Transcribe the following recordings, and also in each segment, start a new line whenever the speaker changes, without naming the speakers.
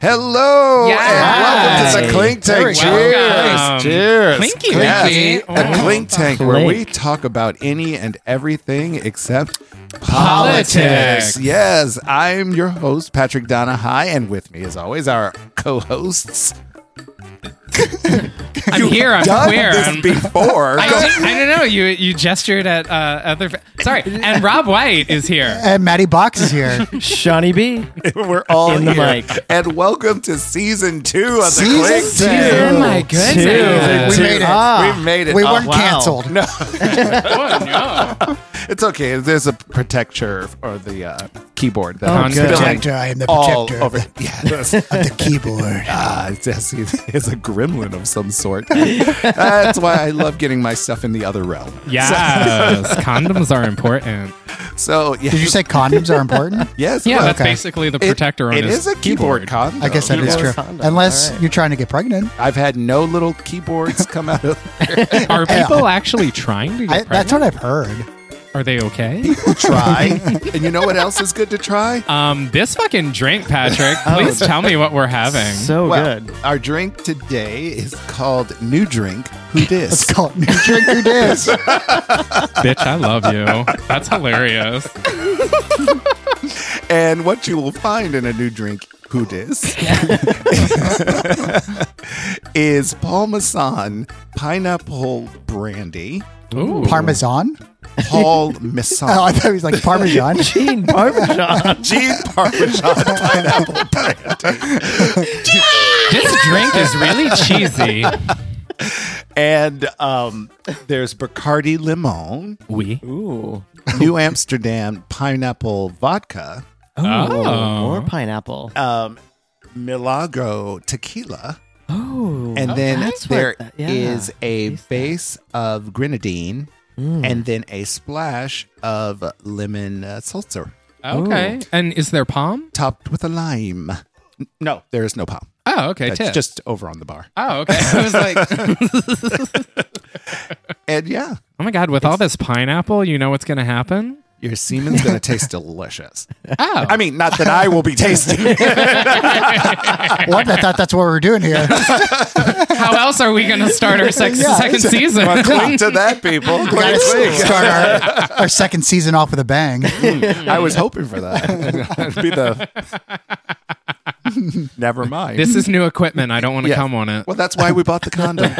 Hello and welcome to the
Yay.
Clink
There
Tank.
we go,
Cheers!
guys.
Cheers!
Clinky, Oh.
Yes.
Winky.
a Clink Tank where we
Clink.
talk about any and everything except
Politics.
Yes, I'm your host Patrick Donahue, and with me, as always, our co-hosts.
I'm here. I'm
Done
queer.
this
I'm-
before.
I, don't- I don't know. You you gestured at uh, other. Fa- Sorry. And Rob White is here.
And Maddie Box is here.
Shawnee B.
We're all
In the
here.
mic.
and welcome to season two of the
Season
Clink
two.
Tank.
Oh,
Oh my
two.
goodness.
Two.
We made it. Ah.
We made it.
we
Oh,
weren't
wow.
canceled.
No,
Oh, no.
it's okay. There's a protector or the uh, keyboard that
Oh,
I'm spilling
good.
Protector, I am the
all
protector of
over.
the,
Yeah, that's-
of the keyboard.
ah, it's, it's, it's a gremlin of some sort. that's why I love getting my stuff in the other realm.
Yes. Condoms are important.
So yeah,
Did you say condoms are important?
yes?
Yeah,
well,
that's
okay.
basically the
it-
protector on
it is
his
a keyboard, condo.
I guess that is
Keyboard
true.
condoms,
Unless
all right.
you're trying to get pregnant.
I've had no little keyboards come out of
Are people actually trying to get
I, that's what
pregnant?
I've heard.
Are they okay?
try. and you know what else is good to try?
Um, this fucking drink, Patrick. Please tell me what we're having.
So
well,
Oh, good.
our drink today is called New Drink Who Dis.
It's called New Drink Who Dis.
Bitch, I love you. That's hilarious.
And what you will find in a new drink, who dis, is Parmesan pineapple brandy.
Ooh.
Parmesan?
Paul
Oh, I
Masson.
thought he was like Parmesan.
Gene Parmesan.
Gene Parmesan pineapple brandy.
This drink is really cheesy.
And um, there's Bacardi Limon,
We.
Ooh.
New Amsterdam pineapple vodka,
Oh.
More pineapple.
um, Milagro tequila.
Oh.
and then
that's what
there is
that- yeah.
a
Taste that.
base of grenadine and then a splash of lemon uh, seltzer
Okay. And is there palm?
topped with a lime. N- No, there is no pop.
Oh, okay.
It's
tip.
just over on the bar.
Oh, okay. I was like,
And yeah,
oh my god, with all this pineapple, you know what's gonna happen?
your semen's going to taste delicious.
Oh,
I mean, not that I will be tasting. it.
What? I thought that's what we were doing here.
how else are we gonna start our sex-
Yeah,
second
it's-
season?
Well, Clink to that, people. Clink, clink.
Start our, our second season off with a bang.
I was hoping for that. It'd be the. Never mind.
this is new equipment. I don't want to
Yeah.
come on it.
well, that's why we bought the condom.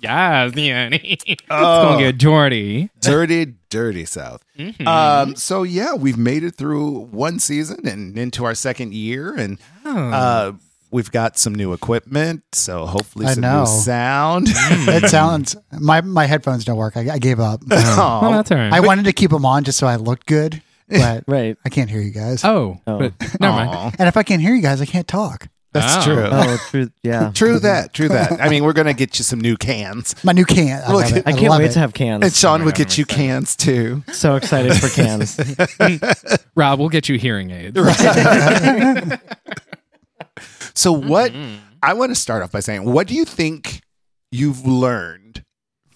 Yes, Yanni. it's
Oh.
gonna get Jordy.
dirty, dirty South. Um, so yeah, we've made it through one season and into our second year, and uh, we've got some new equipment. So hopefully,
I
some
know.
new sound.
That sounds. My my headphones don't work. I, I gave up.
Oh,
Aw.
that's all right.
I wanted to keep them on just so I looked good, but
Right.
I can't hear you guys.
oh, but never mind.
Aw.
And if I can't hear you guys, I can't talk.
that's
Oh.
true.
Oh, true. Yeah.
True that. True that. I mean, we're gonna get you some new cans.
My new can. I,
Look,
love it.
I can't
love
wait
it.
to have cans.
And Sean will
God,
get
I'm
you cans too.
so excited for cans.
Rob, we'll get you hearing aids.
So what? I want to start off by saying, what do you think you've learned?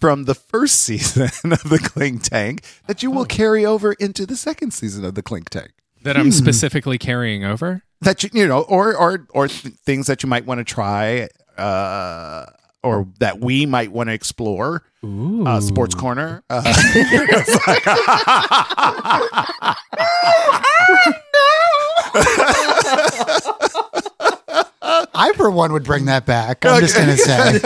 From the first season of the Clink Tank, that you will carry over into the second season of the Clink Tank.
That
Hmm.
I'm specifically carrying over.
that you you know or or or th- things that you might want to try uh or that we might want to explore
Ooh.
uh sports corner uh,
I for one would bring that back. I'm just gonna say,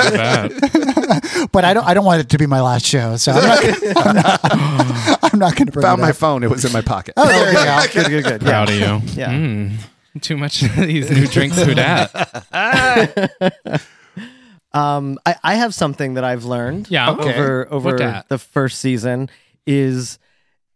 but I don't. I don't want it to be my last show, so I'm not. Gonna, I'm not, I'm not gonna bring
found
it
my
up.
phone it was in my pocket
Oh, there you go.
good, good, good. Yeah.
Proud of you.
Yeah.
Mm. Too much of these new drinks. Who dat?
Um, I, I have something that I've learned.
Yeah. Okay.
Over
What
over
dat?
the first season is,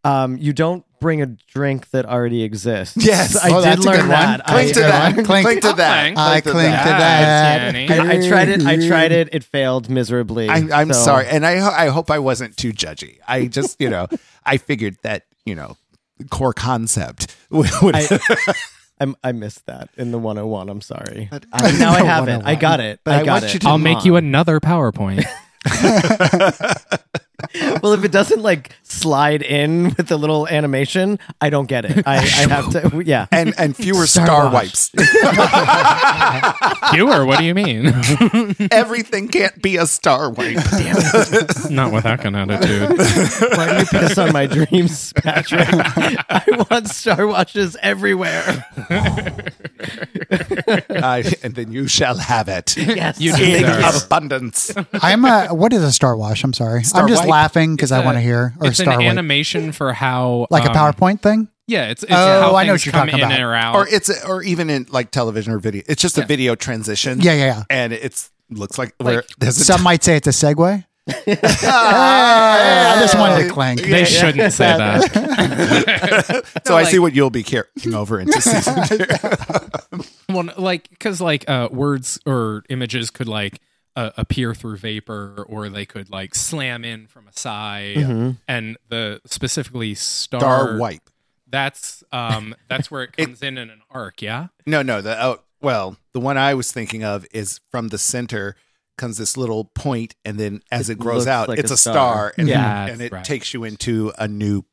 um, you don't bring a drink that already exists.
Yes.
I
Oh,
did
that's a
learn
good one.
that.
clink
I, uh,
to
I-
that
I-
clink,
clink-
to that
I'll clink.
I cling to
Yes,
that.
Yanni.
I, I tried it. I tried it. It failed miserably.
I, i'm
so-
sorry and i ho- i hope i wasn't too judgy i just you know i figured that you know core concept would, would-
I, I'm, I missed that in the 101. I'm sorry.
I-
now I have it. I got it.
But I
I got
want
it.
you to-
I'll make you another PowerPoint.
well, if it doesn't like slide in with the little animation, I don't get it. I, I have to. Yeah.
and and fewer star wipes.
Fewer? What do you mean?
Everything can't be a star wipe.
Not with that kind of attitude.
Why do you piss on my dreams, Patrick? I want star watches everywhere.
I, and then you shall have it
Yes.
You
in
deserve. Yes.
abundance.
I'm a. What is a star wash? I'm sorry.
Star
I'm just
wipe?
laughing because I want to hear or
It's an
star wipe.
animation for how
like a
um,
PowerPoint thing.
Yeah, it's, it's
Oh,
how
I know
things
what you're
come
talking
in
about.
and out.
Or it's a, or even in like television or video. It's just a video transition.
Yeah, yeah, yeah.
And it's looks like, where there's a
Some might say it's a segue. I just
Uh,
wanted to clink.
they shouldn't say that.
so I see what you'll be carrying over into season two.
Well, like because like uh, words or images could like uh, appear through vapor, or they could like slam in from a side,
Mm-hmm.
and the specifically star,
Star wipe.
That's um that's where it comes in in an arc. Yeah.
No, no. The oh, well, the one I was thinking of is from the center comes this little point, and then as it, grows
looks
out,
like
it's
a
a star,
star.
and,
Yeah,
and
that's
it
right.
takes you into a new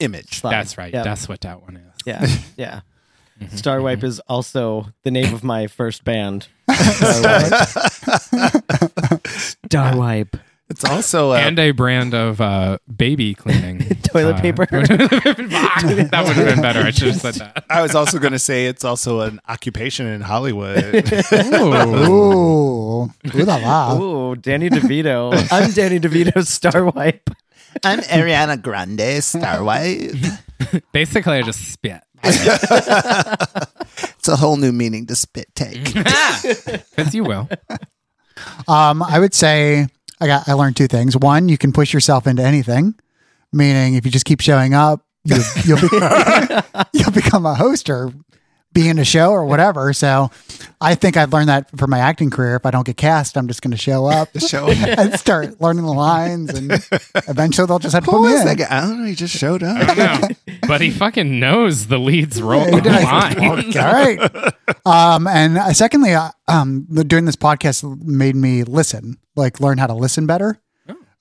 image.
Slide.
That's right.
Yep.
That's Mm-hmm. what that one is.
Yeah. Yeah. Star Wipe is also the name of my first band. Star Wipe. Star Wipe.
It's also uh, a,
And a brand of uh, baby cleaning
Toilet
Uh,
paper.
that would have been better. I should have said that.
I was also going to say it's also an occupation in Hollywood.
Ooh, ooh la la.
Ooh, Danny DeVito. Uh, I'm Danny DeVito's Star Wipe.
I'm Ariana Grande, Star White.
Basically, I just spit.
It's a whole new meaning to spit take.
Because you will.
Um, I would say I got. I learned two things. One, you can push yourself into anything, meaning if you just keep showing up, you, you'll be, you'll become a host or be in a show or whatever. So, I think I've learned that for my acting career. If I don't get cast, I'm just going to show up
Show up.
and start learning the lines, and eventually they'll just have to
Who
put me
is
in.
that guy? I don't know. He just showed up.
No, but he fucking knows the lead's role
Yeah, he does.
line.
All right. Um, and uh, secondly, uh, um, doing this podcast made me listen, like learn how to listen better.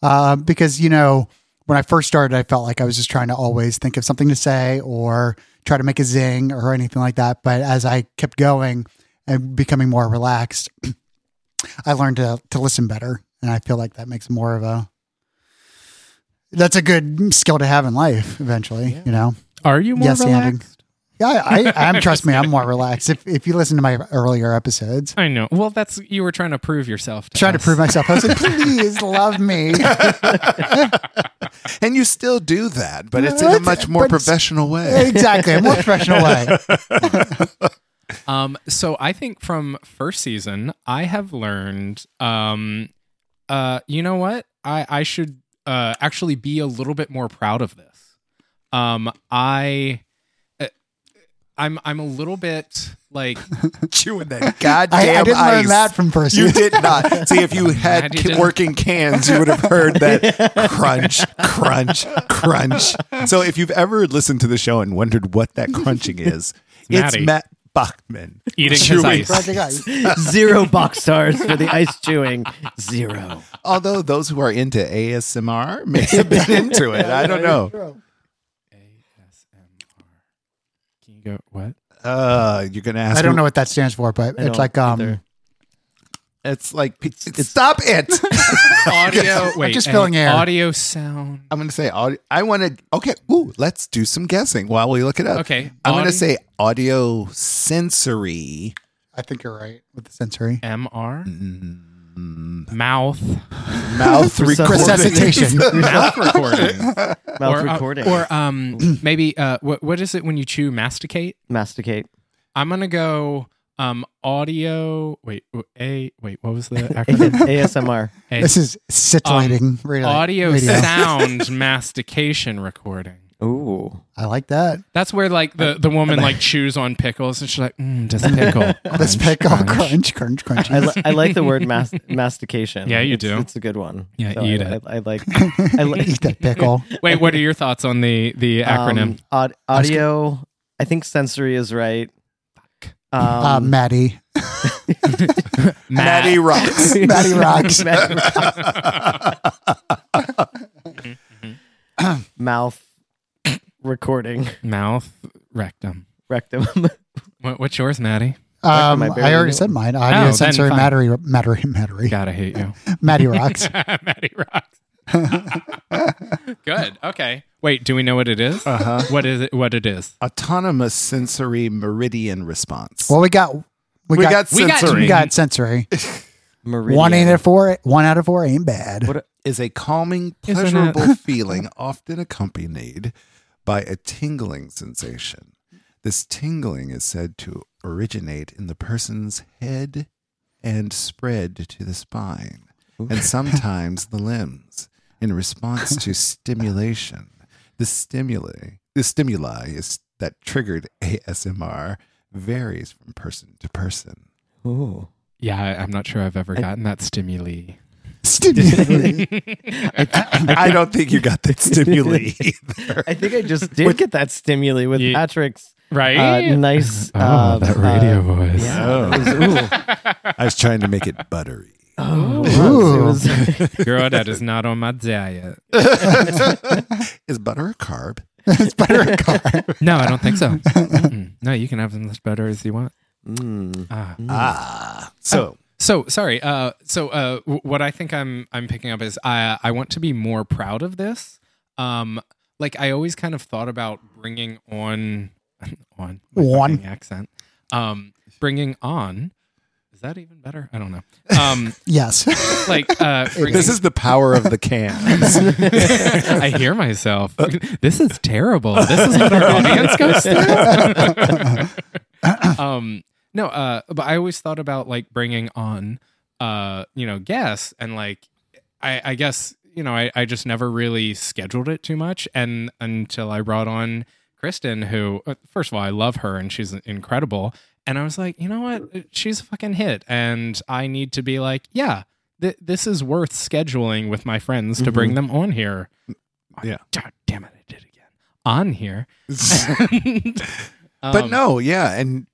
Uh, because, you know, when I first started, I felt like I was just trying to always think of something to say or try to make a zing or anything like that. But as I kept going and becoming more relaxed, I learned to, to listen better. And I feel like that makes more of a. That's a good skill to have in life eventually, you know?
Are you more
Yes, Andrew.
relaxed?
Yeah, I, I, I'm. Trust me, I'm more relaxed. If if you listen to my earlier episodes,
I know. Well, that's you were trying to prove yourself. To
trying to
us.
prove myself, I said, "Please love me."
And you still do that, but it's in a
What?
much more
But-
professional way.
exactly, a more professional way.
Um, so I think from first season, I have learned. Um, uh, you know what? I I should uh actually be a little bit more proud of this. Um, I. uh, I'm I'm a little bit like
Chewing that goddamn
I, I didn't
ice.
learn that from first.
You did not. See, if you
Glad
had
you
ki-
didn't.
working cans, you would have heard that crunch, crunch, crunch. So if you've ever listened to the show and wondered what that crunching is, it's
Matty.
Matt Bachman.
eating his
Chewing.
ice.
Project Ice.
Zero box stars for the ice chewing. Zero.
Although those who are into ASMR may have been into it. I don't know.
Can you go what?
Uh, you're going to ask
I don't
me-
know what that stands for, but
I
it's
don't
like um,
either.
It's like, pe- stop it.
Audio. Wait,
just
an
filling air.
Audio sound.
I'm going to say audio. I want to. Okay. Ooh, let's do some guessing while we look it up.
Okay,
I'm going to
audi-
say audio sensory.
I think you're right with the sensory
MR. Mouth.
Mouth recording.
resuscitation.
Mouth recording.
Mouth
uh,
recording.
or um, maybe uh, what what is it when you chew? Masticate.
masticate.
I'm gonna go um audio. Wait, w- a wait. What was the acronym?
ASMR.
A-
this is scintillating. radio.
audio
radio.
sound mastication recording.
Ooh.
I like that.
That's where like the, the woman like chews on pickles and she's like, mm, just pickle.
Let's
crunch,
pick up
crunch."
crunch, crunch, crunch.
I, li- I like the word mas- mastication.
Yeah, you
It's-
do.
It's a good one.
Yeah, eat
I,
it.
I, I like. I like
Eat that pickle.
Wait, what are your thoughts on the the acronym?
Um, aud- audio. I think sensory is right.
Uh,
Um,
Maddie,
Maddie rocks.
Maddie rocks.
Matt- mouth recording
Mouth, rectum.
rectum.
What, what's yours, Maddie?
Um,
I
I,
barely
already
knew
said mine.
Oh,
Audio
then
sensory
fine.
mattery mattery mattery
Gotta hate you.
matty rocks.
Maddie rocks. Good. Okay. Wait. Do we know what it is?
Uh-huh.
What is it? What it is?
Autonomous sensory meridian response.
Well, we got we,
we,
got,
got,
we got-
sensory.
we got sensory.
Meridian.
One out of four. One out of four ain't bad.
What-
is a calming,
Isn't it?
pleasurable feeling often accompanied by a tingling sensation. This tingling is said to originate in the person's head and spread to the spine and sometimes the limbs in response to stimulation. The stimuli, the stimuli is that triggered ASMR varies from person to person.
Ooh.
Yeah, I, I'm not sure I've ever gotten that stimuli.
Stimuli.
I don't think you got that stimuli either.
I think I just did get that stimuli with
Ye-
Patrick's
Right?
uh, nice.
oh,
um,
that radio
uh,
voice.
yeah, it was-
Oh. I was trying to make it buttery.
ooh.
Ooh.
It was- it was-
Girl, that is not on my diet.
Is butter a carb?
it's better a car.
No, I don't think so. Mm-mm. no, you can have as much butter as you want.
Mm.
Ah.
Ah. So,
So sorry. Uh, so uh, w- what I think I'm I'm picking up is I I want to be more proud of this. Um, like I always kind of thought about bringing on on my
On.
fucking accent. Um, bringing on. Is that even better? I don't know. Um,
Yes.
like uh, bringing,
this is the power of the cans.
I hear myself. This is terrible. This is what our audience goes through. um, no, uh, but I always thought about like bringing on, uh, you know, guests, and like, I, I guess you know, I, I just never really scheduled it too much, and until I brought on Kristen, who uh, first of all I love her and she's incredible, and I was like, you know what, Uh, she's a fucking hit, and I need to be like, yeah. Th- this is worth scheduling with my friends to bring them on here.
Mm-hmm. Mm, Yeah.
God damn it, I did it again. On here.
but
Um,
no, yeah, and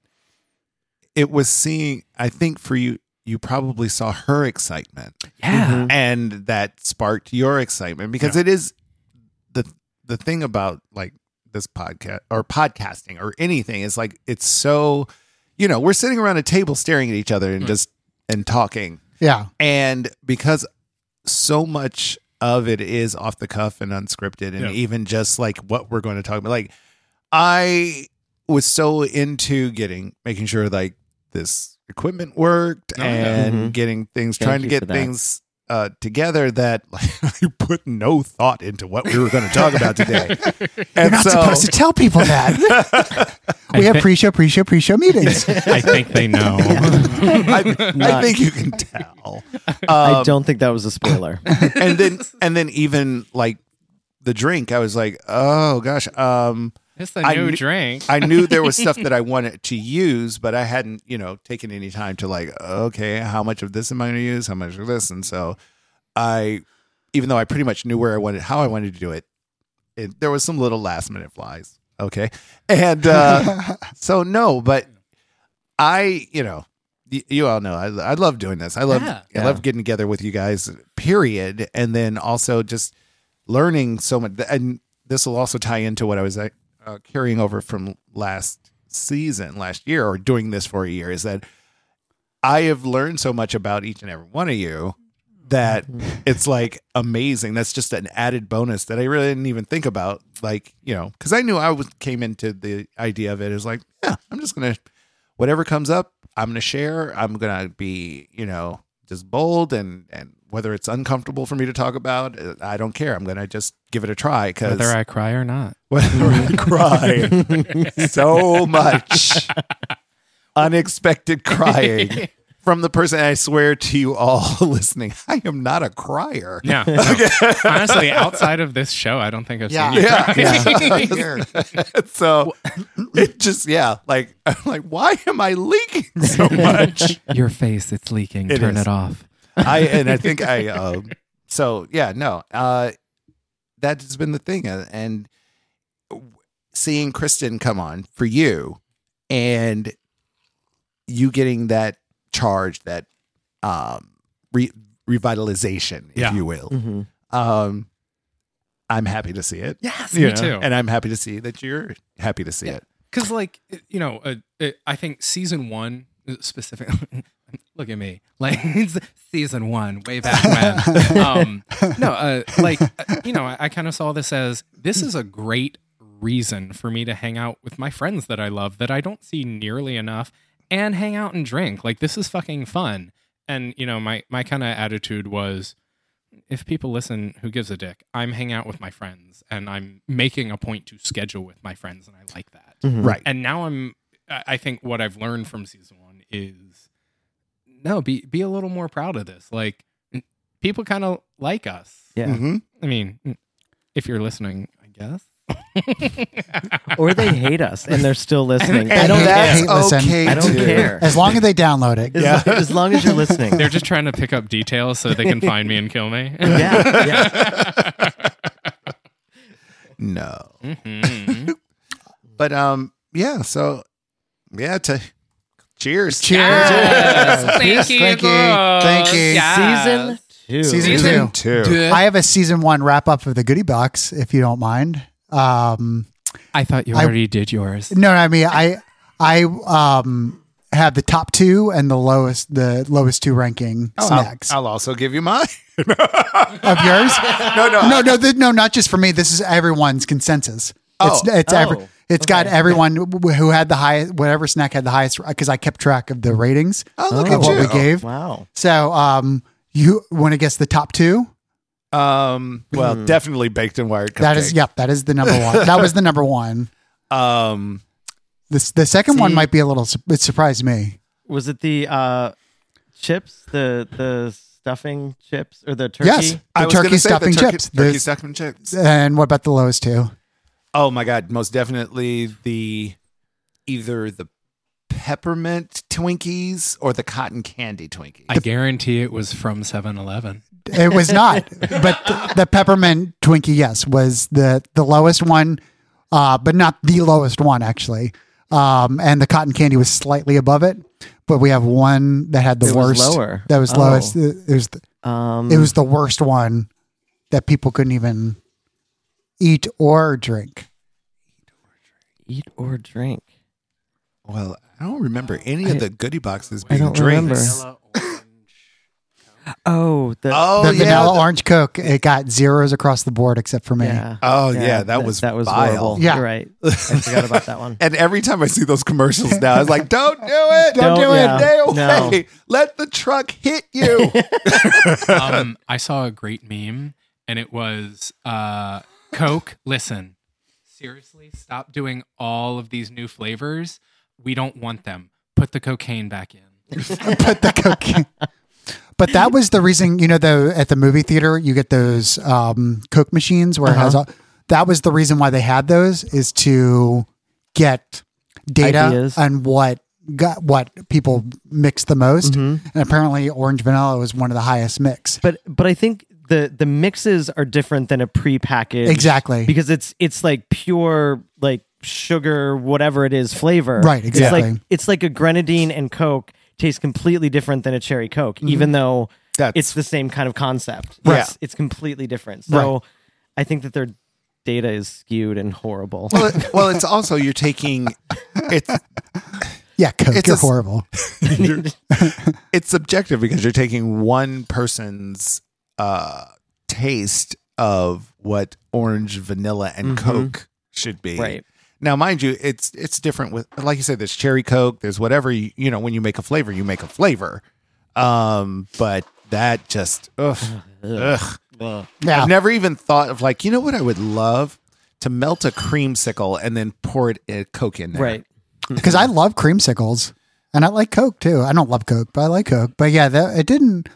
it was seeing. I think for you, you probably saw her excitement,
Yeah.
Mhm.
and that sparked your excitement because it is the the thing about like this podcast or podcasting or anything is like it's so you know we're sitting around a table staring at each other and
Mm.
just and talking
Yeah.
and because so much of it is off the cuff and unscripted and
Yeah.
even just like what we're going to talk about like i was so into getting making sure like this equipment worked
Oh, yeah.
and
Mhm.
getting things
Thank
trying to
you for
get
that.
things uh, together that like, i put no thought into what we were going to talk about today
You're
and
not
so
supposed to tell people that. we have
thi-
pre-show, pre-show, pre-show meetings.
I think they know.
I, I
Not-
think you can tell
I
Um,
don't think that was a spoiler.
and then and then even like the drink i was like oh gosh um
it's the
I
new
kn-
drink.
I knew there was stuff that I wanted to use, but I hadn't, you know, taken any time to like, okay, how much of this am I going to use? How much of this? And so I, even though I pretty much knew where I wanted, how I wanted to do it, it there was some little last minute flies. Okay. And uh, so, no, but I, you know, y- you all know I, I love doing this. I love
Yeah.
I love getting together with you guys. Period, and then also just learning so much. And this will also tie into what I was like, uh, carrying over from last season, last year, or doing this for a year is that I have learned so much about each and every one of you that it's like amazing. That's just an added bonus that I really didn't even think about. Like, you know, because I knew I was came into the idea of it as like, yeah, I'm just gonna whatever comes up, I'm gonna share. I'm gonna be, you know, just bold and and whether it's uncomfortable for me to talk about, uh, I don't care. I'm gonna just give it a try because
Whether I cry or not.
whether I cry so much. Unexpected crying from the person. I swear to you all listening, I am not a crier.
Yeah. no. Honestly, outside of this show, I don't think I've
Yeah.
seen you
Yeah.
cry.
so it just, yeah, like, I'm like, why am I leaking so much?
Your face, it's leaking.
It
Turn
is.
it off.
I, and I think I, um, so yeah, no, uh, that has been the thing. uh, And seeing Kristen come on for you and you getting that charge, that um, re- revitalization, if
Yeah.
Mm-hmm,
you will.
Mhm.
Um, I'm happy to see it.
Yes,
You
me
know?
too.
And I'm happy to see that you're happy to see
Yeah.
it.
because like it- you know uh, it, i think season one uh, specifically look at me like it's season one way back when um no uh, like uh, you know i, I kind of saw this as this is a great reason for me to hang out with my friends that i love that i don't see nearly enough and hang out and drink like this is fucking fun and you know my my kind of attitude was if people listen who gives a dick i'm hanging out with my friends and i'm making a point to schedule with my friends and i like that
mm-hmm.
Right.
and now i'm i I think what i've learned from season one is no be be a little more proud of this like n- people kind of like us
Yeah.
Mhm.
i mean n- if you're listening i guess
Or they hate us and they're still listening.
And
I don't
that's
care.
hate listen.
okay.
I don't
too.
care.
As long as they download it.
As,
Yeah.
as long as you're listening.
they're just trying to pick up details so they can find me and kill me
yeah. yeah.
No.
Mhm.
But um, yeah. So yeah. To cheers.
Cheers.
Yes.
Yes, thank you. Thank you.
Season two.
Season
Season,
Season
two.
I have a season one wrap up of the goodie box, if you don't mind. Um,
i thought you
I-
already did yours
no, I mean I I um have the top two and the lowest the lowest two ranking
I'll,
snacks
I'll also give you mine.
of yours.
No, no.
no, no, th- no, not just for me. This is everyone's consensus. it's
Oh.
it's every
Oh,
it's got
okay.
everyone wh- who had the highest whatever snack had the highest because I kept track of the ratings
Oh, look
of
at
what
you.
we gave.
Wow.
So um, you want to guess the top two?
Um. Well, definitely baked and wired. Cupcake.
That is yep. That is the number one. that was the number one.
Um.
The the second one
See?
might be a little. su- It surprised me.
Was it the uh, chips, the the stuffing chips or the turkey?
Yes. The
I was
turkey
gonna say the
stuffing
turkey-
chips.
Turkey
The-
stuffing chips.
And what about the lowest two?
Oh my god! Most definitely the either the peppermint Twinkies or the cotton candy Twinkie.
I guarantee it was from 7-Eleven.
It was not. but the, the peppermint Twinkie, yes, was the the lowest one, uh, but not the lowest one actually. Um, and the cotton candy was slightly above it, but we have one that had the
It was
worst.
lower.
That was
Oh.
lowest. It was the,
Um,
it was the worst one that people couldn't even eat or drink.
eat or drink.
well, I don't remember any
I-
of the goodie boxes
I
being
don't remember.
drinks.
Oh, the
Oh
the
yeah.
vanilla
the-
orange coke, it got zeros across the board except for me.
yeah.
Oh yeah, that, was
that was
vile.
horrible.
Yeah.
You're right. I forgot about that one.
And every time I see those commercials now, it's like, don't do it. Don't,
Don't-
do
yeah.
it. Stay away.
No.
Let the truck hit you.
um, I saw a great meme, and it was uh, Coke. Listen, seriously, stop doing all of these new flavors. We don't want them. Put the cocaine back in.
but the cocaine. But that was the reason, you know, the at the movie theater you get those um, Coke machines where it has all. That was the reason why they had those is to get data
Ideas.
on what got what people mix the most, and apparently orange vanilla was one of the highest mix.
But but I think the the mixes are different than a prepackaged
Exactly.
because it's it's like pure like sugar whatever it is flavor.
Right, exactly.
It's like it's like a grenadine and coke tastes completely different than a cherry coke
Mm-hmm.
even though
That's-
it's the same kind of concept.
Right.
It's it's completely different. So I think that their data is skewed and horrible.
well, it- well, it's also you're taking it's
Yeah, Coke,
It's
you're
a s-
horrible.
it's subjective because you're taking one person's uh, taste of what orange, vanilla, and Coke should be.
Mm-hmm. Right.
Now, mind you, it's it's different with like you said. There's cherry Coke. There's whatever you, you know. When you make a flavor, you make a flavor. Um, but that just ugh, ugh.
Yeah,
I've never even thought of like you know what I would love to melt a creamsicle and then pour it a Coke in there.
right.
because I love creamsicles and I like Coke too. I don't love Coke, but I like Coke. But yeah, that, it didn't.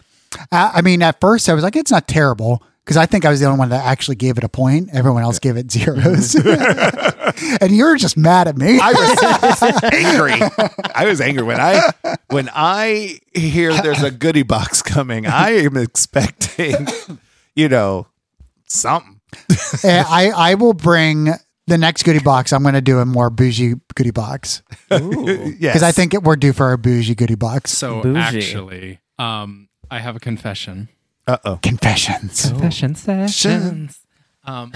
I, I mean, at first I was like, it's not terrible because I think I was the only one that actually gave it a point. Everyone else gave it zeros, and you were just mad at me.
I was angry. I was angry when I when I hear there's a goodie box coming. I am expecting, you know, something.
And I I will bring the next goodie box. I'm going to do a more bougie goodie box
Yes,
because I think it, we're due for a bougie goodie box.
So
Bougie.
actually, um, I have a confession.
Uh oh.
Confessions.
Oh. Confession sessions. Um,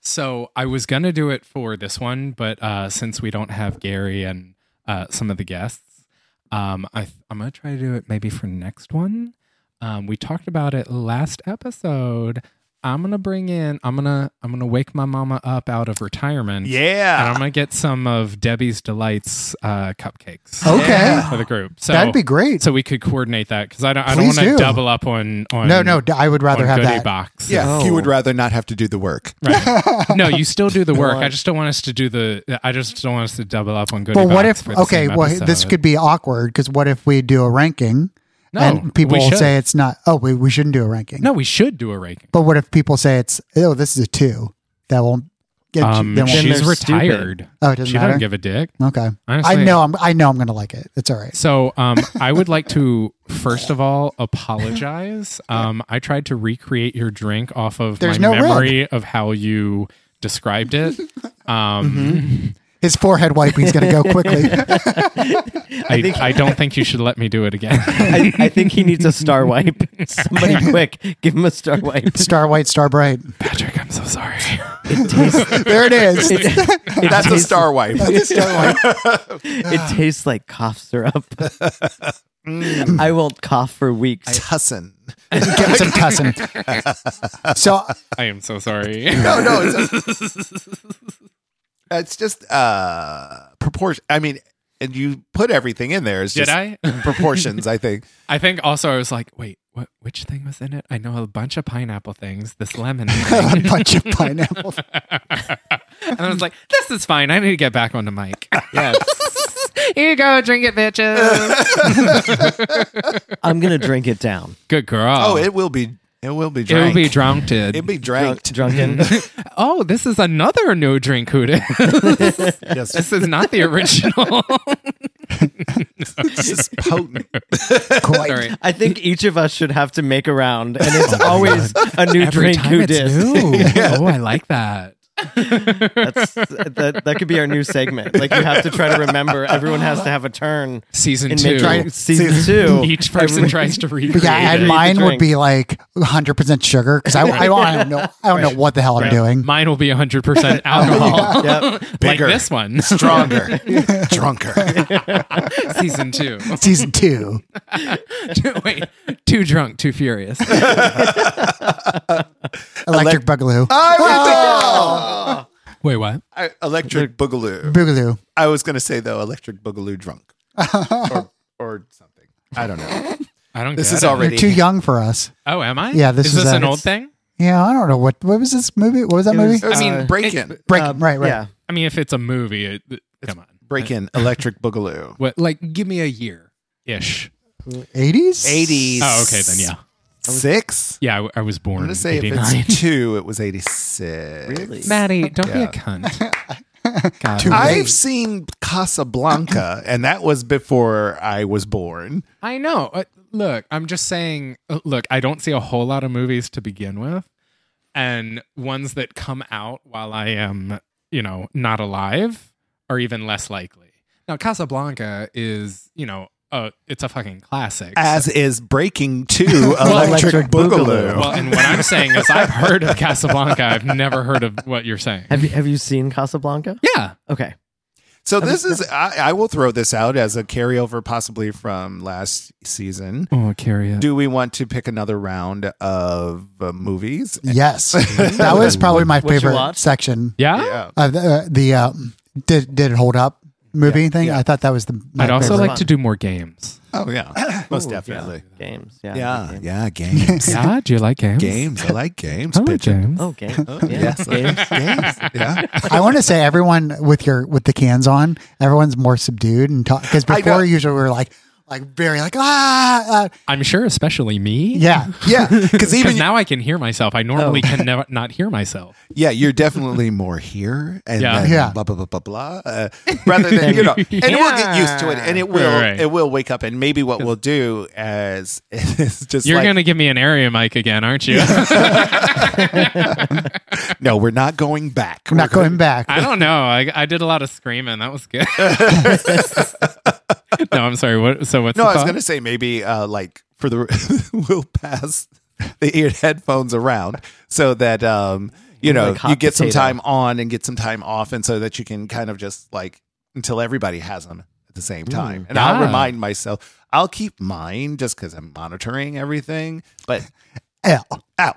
so I was gonna do it for this one, but uh, since we don't have Gary and uh, some of the guests, um, I th- I'm gonna try to do it maybe for next one. Um, we talked about it last episode. I'm gonna bring in. I'm gonna I'm gonna wake my mama up out of retirement. And I'm
Yeah.
gonna get some of Debbie's delights uh, cupcakes
Okay.
for the group. So
That'd be great.
so we could coordinate that because I don't I don't
Please
want to
do.
double up on on
no, no, d- I would rather
on
have
goodie
that.
box.
Yeah.
Oh.
You would rather not have to do the work.
no, you still do the work.
Right.
I just don't want us to do the. I just don't want us to double up on goodie
But what
box
if?
for the
Okay,
same
well,
episode.
this could be awkward because what if we do a ranking
no,
and people
we
will
should.
say it's not? Oh, we, we shouldn't do a ranking.
no. We should do a ranking.
But what if people say it's oh, this is a two? That won't. Get
Um,
that won't
then
she's
they're stupid.
retired.
oh, it
She
doesn't
doesn't
matter.
give a dick.
okay,
Honestly,
I know. I'm, I know. I'm gonna like it. It's all right.
So um, I would like to first of all apologize. Um, I tried to recreate your drink off of
There's
my
no red.
memory of how you described it. Um,
His forehead wiping's gonna go quickly.
I, I don't think you should let me do it again.
I, I think he needs a star wipe. Somebody quick, give him a star wipe.
star white, star bright.
Patrick, I'm so sorry.
It tastes,
There it is.
it
That's a
tastes-
star wipe.
Ah.
It tastes like cough syrup. Mm. I won't cough for weeks.
Tussin.
Give it some tussin. So
I am so sorry.
No, no. It's, it's just uh proportion. I mean, and you put everything in there. It's
Did
just
I?
proportions, I think.
I think also I was like, wait, what? Which thing was in it? I know a bunch of pineapple things. This lemon,
a
thing.
bunch of pineapple.
and I was like, this is fine. I need to get back onto Mike.
Yeah.
Here you go, drink it, bitches.
I'm gonna drink it down.
Good girl.
Oh, it will be. It will be.
it
Drank.
will be drunk.
It'd be
Drunk,
drank.
drunken.
Oh, this is another new drink hoodie.
Yes,
this is not the original.
it's just potent.
Quite.
Sorry.
I think each of us should have to make a round, and it's always a new
Oh Every
drink.
time
Who
it's
dis?
new. Oh, I like that.
That's that. That could be our new segment. Like you have to try to remember. Everyone has to have a turn
Season
in
two.
mid season two.
Each person tries to recreate.
Yeah, and
it.
mine
Drink.
would be like 100 percent sugar because I, I, I don't know I don't know what the hell I'm doing.
Mine will be 100% alcohol.
Yep.
Like
Bigger.
this one.
Stronger, drunker.
Season two.
Season two.
Wait, too drunk, too furious.
Electric Boogaloo.
I
Ah!
Wait, what?
will. Electric boogaloo.
Boogaloo.
I was going to say though, electric boogaloo drunk, or or something. I don't know.
I don't.
This
get
is
it.
You're
already
too young for us.
Oh, am I?
Yeah, this
is,
is
this
a-
an old thing.
Yeah, I don't know what what was this movie? What was that
It
movie?
was-
I mean,
Uh,
break in,
Break.
Uh,
right, right.
Yeah.
I mean, if it's a movie, it, come on.
break in, electric boogaloo.
What? Like, give me a year ish.
80s.
Eighties.
Oh, okay, then yeah,
Six.
yeah. I w- I, was born.
I'm gonna say if
89.
it's two, it was eighty six.
Really?
Maddie, don't be
Yeah.
a cunt. God,
Too
I,
late.
I've seen Casablanca, and that was before I was born.
I know. Uh, Look, I'm just saying. uh, Look, I don't see a whole lot of movies to begin with, and ones that come out while I am, you know, not alive are even less likely. Now, Casablanca is, you know, uh, it's a fucking classic.
as is Breaking Two Electric,
Electric
Boogaloo.
Boogaloo.
Well, and what I'm saying is, I've heard of Casablanca. I've never heard of what you're saying.
Have you Have you seen Casablanca?
Yeah.
Okay.
So this is I, I will throw this out as a carryover possibly from last season.
Oh, carry it.
Do we want to pick another round of uh, movies?
Yes, that was probably my
What you
favorite
watch?
section.
yeah?
Yeah.
Uh, the uh, the um, did did it hold up movie thing? I thought that was the. my
I'd also
favorite.
like to do more games.
Oh yeah. Most definitely.
Games. Yeah.
Yeah. Yeah.
games.
Games.
Yeah. Do you like games?
games. I like games.
I like
bitch.
games.
Oh, games.
Oh,
yeah.
yes.
Games.
games. Yeah.
I want to say everyone with your with the cans on, everyone's more subdued and talk because
I know.
before usually we were like like very like ah, ah
I'm sure, especially me.
yeah
Yeah. Because
Because
even Oh.
now I can hear myself. I normally can never not hear myself.
yeah, you're definitely more here and
Yeah.
then
Yeah.
blah blah blah blah blah. Uh, rather than you know, and we'll get used to it, and it will
Right, right.
it will wake up, and maybe what we'll do as is just
You're
like,
gonna give me an area mic again, aren't you?
No, we're not going back.
I'm not going back.
I don't know. I, I did a lot of screaming. That was good. no, I'm sorry. What? So what's
No,
the
I was
thought?
going to say maybe uh, like for the we'll pass the ear headphones around so that um you know,
Like hot
you get some
potato.
time on and get some time off, and so that you can kind of just like until everybody has them at the same time. and I'll
Hmm. yeah.
remind myself, I'll keep mine just because I'm monitoring everything. But
L.
ow,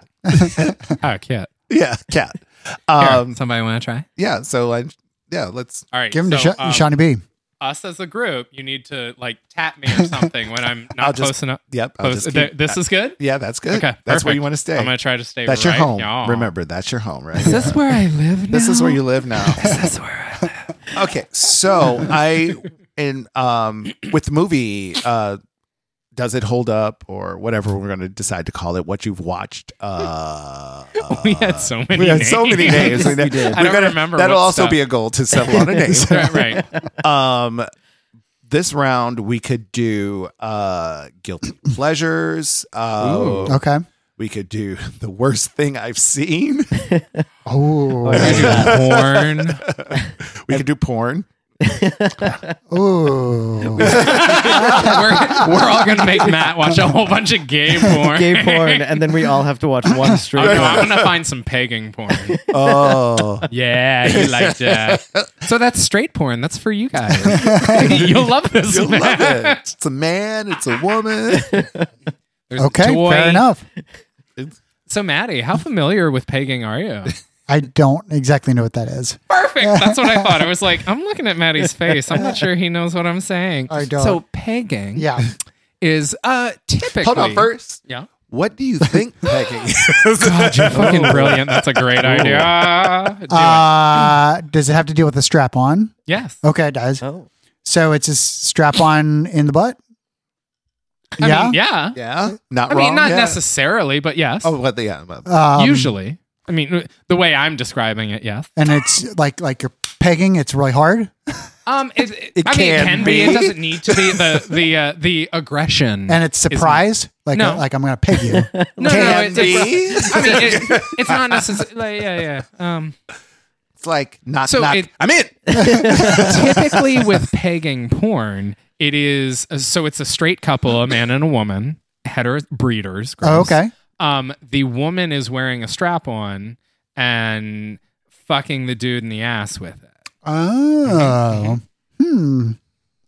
Oh, cat.
yeah, cat.
Here,
Um,
somebody want to try?
yeah. So I, yeah, let's.
All right.
Give him
so,
to Sh-
um,
Shawnee B.
us as a group, you need to like tap me or something when I'm
I'll
not
just-
close enough.
Yep. I'll
Close.
just
Th-
keep-
this is good.
yeah, that's good.
Okay,
Okay, that's where
perfect.
you want to stay.
I'm gonna try to stay.
that's
right
your home.
y'all.
Remember, that's your home, right?
Is this where I live now?
This is where you live now.
This is where I live.
okay so i in um with the movie uh does it hold up or whatever we're going to decide to call it what you've watched uh
We had so many.
we had
names.
so many names
Yes, we
are
did.
I don't
gonna,
remember
that'll
what
also
stuff.
be a goal to settle on a name
right, right.
um this round we could do uh guilty pleasures uh
Okay.
we could do the worst thing i've seen
Oh,
Porn.
we could do porn
ooh.
we're, we're all gonna make Matt watch a whole bunch of gay porn.
Gay porn, and then we all have to watch one
Oh,
straight.
no,
one.
I'm gonna find some pegging porn.
oh
Yeah, you like that. So that's straight porn. That's for you guys. You'll love this.
You'll love
Matt.
it. It's a man. It's a woman.
There's a
Okay,
toy.
fair enough.
So Maddie, how familiar with pegging are you?
I don't exactly know what that is.
Perfect. That's what I thought. I was like, I'm looking at Maddie's face. I'm not sure he knows what I'm saying.
I don't.
So pegging
Oh Yeah.
is uh typically
Hold on. First,
Yeah.
what do you think pegging is?
God, you're fucking brilliant. That's a great idea. Do it.
Uh, does it have to deal with the strap on?
yes.
Okay, it does.
Oh.
So it's a strap on in the butt?
I
yeah.
mean, yeah.
yeah, not
I
wrong.
mean, not
yeah.
necessarily, but yes.
Oh, what the yeah. well,
Um,
Usually. I mean, the way I'm describing it, yes.
And it's like like you're pegging, it's really hard.
Um, it, it-
It
I mean, it
can
can be.
be.
It doesn't need to be the the uh, the aggression.
And it's surprise, like
Mm-hmm.
uh,
No.
like I'm gonna peg you.
no,
Can
it's, it's-
be.
I mean, it, it's not necessarily. Like, yeah, yeah. Um,
It's like knock
So
knock.
it-
I'm in.
typically with pegging porn, it is uh, so it's a straight couple, a man and a woman, hetero breeders.
oh,
gross.
okay.
Um, the woman is wearing a strap on and fucking the dude in the ass with it.
Oh. Hmm.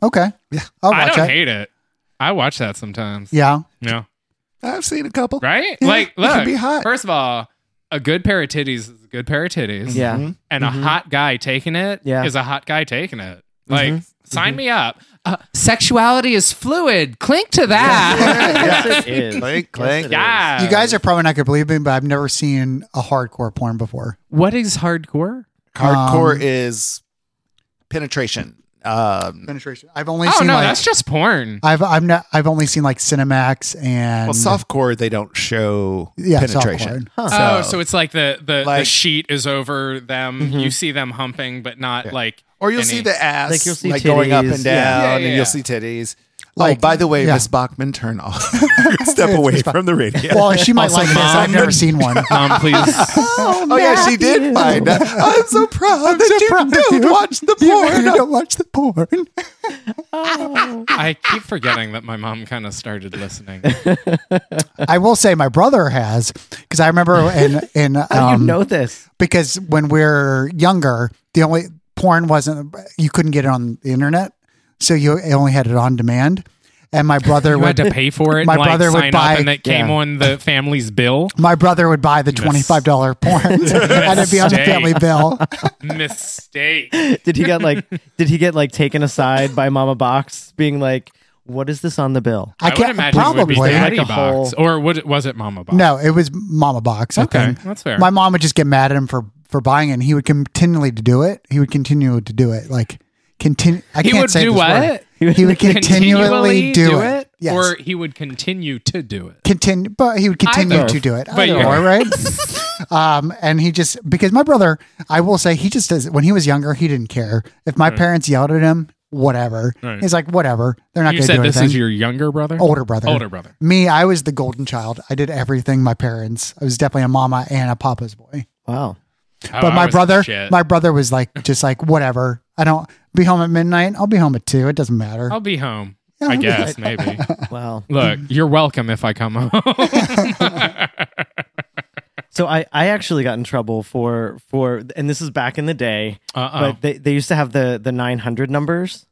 Okay. Yeah. I'll
I
watch
don't
it.
hate it. I watch that sometimes.
yeah.
No.
I've seen a couple.
Right?
Yeah,
like,
it
look.
can be hot.
First of all, a good pair of titties is a good pair of titties.
Yeah.
and a hot guy taking it is
Yeah.
a hot guy taking it. Like, sign me up. Uh, sexuality is fluid. Clink to that.
Yes, it is.
Clink,
Yes,
clink.
it is.
yeah.
You guys are probably not gonna believe me, but I've never seen a hardcore porn before.
What is hardcore?
Hardcore
Um,
is penetration. Um,
Penetration. I've only
Oh
seen
no,
like Uh,
that's just porn.
I've I've not I've only seen like Cinemax and
well, softcore they don't show
yeah,
penetration.
softcore.
oh, so it's like the the, the
Like-
sheet is over them. You see them humping, but not like.
Or you'll
any-
see the ass,
Like,
like,
you'll see
going up
titties.
and down,
Yeah.
Yeah, yeah,
and
yeah.
you'll see titties.
Like-
oh, by the way,
yeah.
Miss Bachman, turn off. Step away from the radio.
Well, she might
Also,
like this.
mom-
I've never seen one.
Um, please.
Oh, yeah, she did find out. I'm so proud that you don't watch the porn.
you don't watch the porn.
I keep forgetting that my mom kind of started listening.
I will say my brother has because I remember in in
How do
um,
you know this?
because when we're younger, the only porn wasn't you couldn't get it on the internet, so you only had it on demand. And my brother
You had
would
to pay for it.
My
and, like,
brother would
sign
buy-
up, and it came
yeah.
on the family's bill.
my brother would buy the twenty five dollar porn and it'd be on the
Mistake.
family bill.
Mistake.
Did he get like? did he get like taken aside by Mama Box, being like, "What is this on the bill?"
I
would
can't
imagine it would
probably
be Daddy
Like a
Box,
whole-
or would it, was it Mama Box?
no. It was Mama Box. I
Okay,
think.
that's fair.
My mom would just get mad at him for for buying it. and He would continually to do it. He would continue to do it. Like continue. I
he
can't
would
say
do
this
what?
word. He would continually, do, it. Yes.
or he would continue to do it.
continue, but he would continue
Either.
to do it.
But
Either
yeah.
or, right? um, and he just because my brother, I will say, he just does. When he was younger, he didn't care if my parents yelled at him. Whatever.
Right.
He's like, whatever. They're not
You
going to
said
do
this
anything.
is your younger brother,
older brother.
older brother.
Me, I was the golden child. I did everything my parents. I was definitely a mama and a papa's boy.
Wow.
Oh,
But
I
my
was
brother,
shit.
my brother was like, just like whatever. I don't be home at midnight. I'll be home at two. It doesn't matter.
I'll be home. I guess maybe.
Wow.
Look, you're welcome if I come home.
So I, I actually got in trouble for for and this is back in the day,
Uh oh.
but they, they used to have the the nine hundred numbers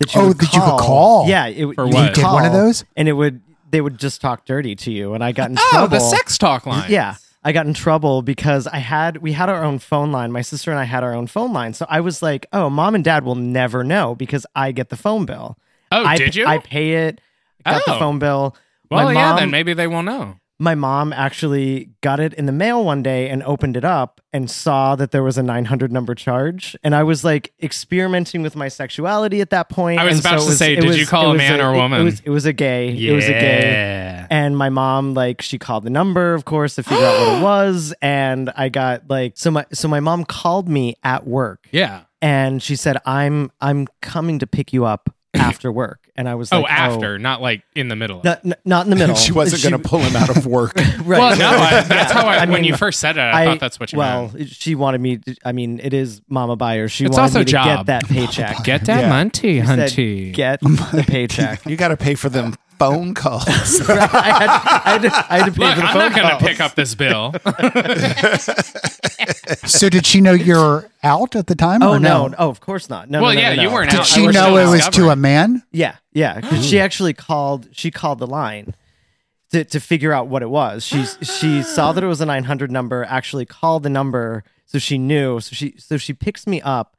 that you
Oh,
would
that you could
call.
call?
Yeah, it, would-
For
you
what?
could
You did one of
call,
those?
and it would they would just talk dirty to you, and I got in
Oh,
trouble.
the sex talk line.
Yeah. I got in trouble because I had we had our own phone line. My sister and I had our own phone line. So I was like, "Oh, mom and dad will never know because I get the phone bill."
Oh,
I,
did you?
I pay it. Got the
Oh.
phone bill.
well,
my
yeah.
mom,
Then maybe they won't know.
my mom actually got it in the mail one day and opened it up and saw that there was a 900 number charge. And I was like experimenting with my sexuality at that point.
I was
And
about
so
to
it was-
say,
it
did
was-
you call
it
a
was
man or a
it-
woman?
It was, it was a gay. It was a gay.
Yeah.
And my mom, like, she called the number, of course, to figure out what it was. And I got like, so my so my mom called me at work,
Yeah.
and she said, "I'm I'm coming to pick you up after work." And I was
Oh,
like,
after, not like in the middle. of it.
not, n- not in the middle.
she wasn't going to pull him out of work.
Right.
Well, no, I, that's how I,
I
when
mean,
you first said it, I, thought that's what you
well,
meant.
she wanted me. To, I mean, it is Mama Buyer. She
It's
wanted
also
me to
job.
get that paycheck.
Get that
Yeah.
munty,
She said, get the paycheck.
you got to pay for them phone calls.
I, had, I, had to, I had to pay
Look,
for the
I'm
phone
not going
calls.
to pick up this bill.
So did she know you're out at the time?
Oh
or
no. Oh, of course not. No. no,
Well,
no, no,
yeah,
no.
you weren't
Did
out. I
she
was
know
still
it was
discovering.
to a man?
Yeah, yeah. 'cause she actually called. She called the line to to figure out what it was. She she saw that it was a nine hundred number. Actually called the number, so she knew. So she so she picks me up,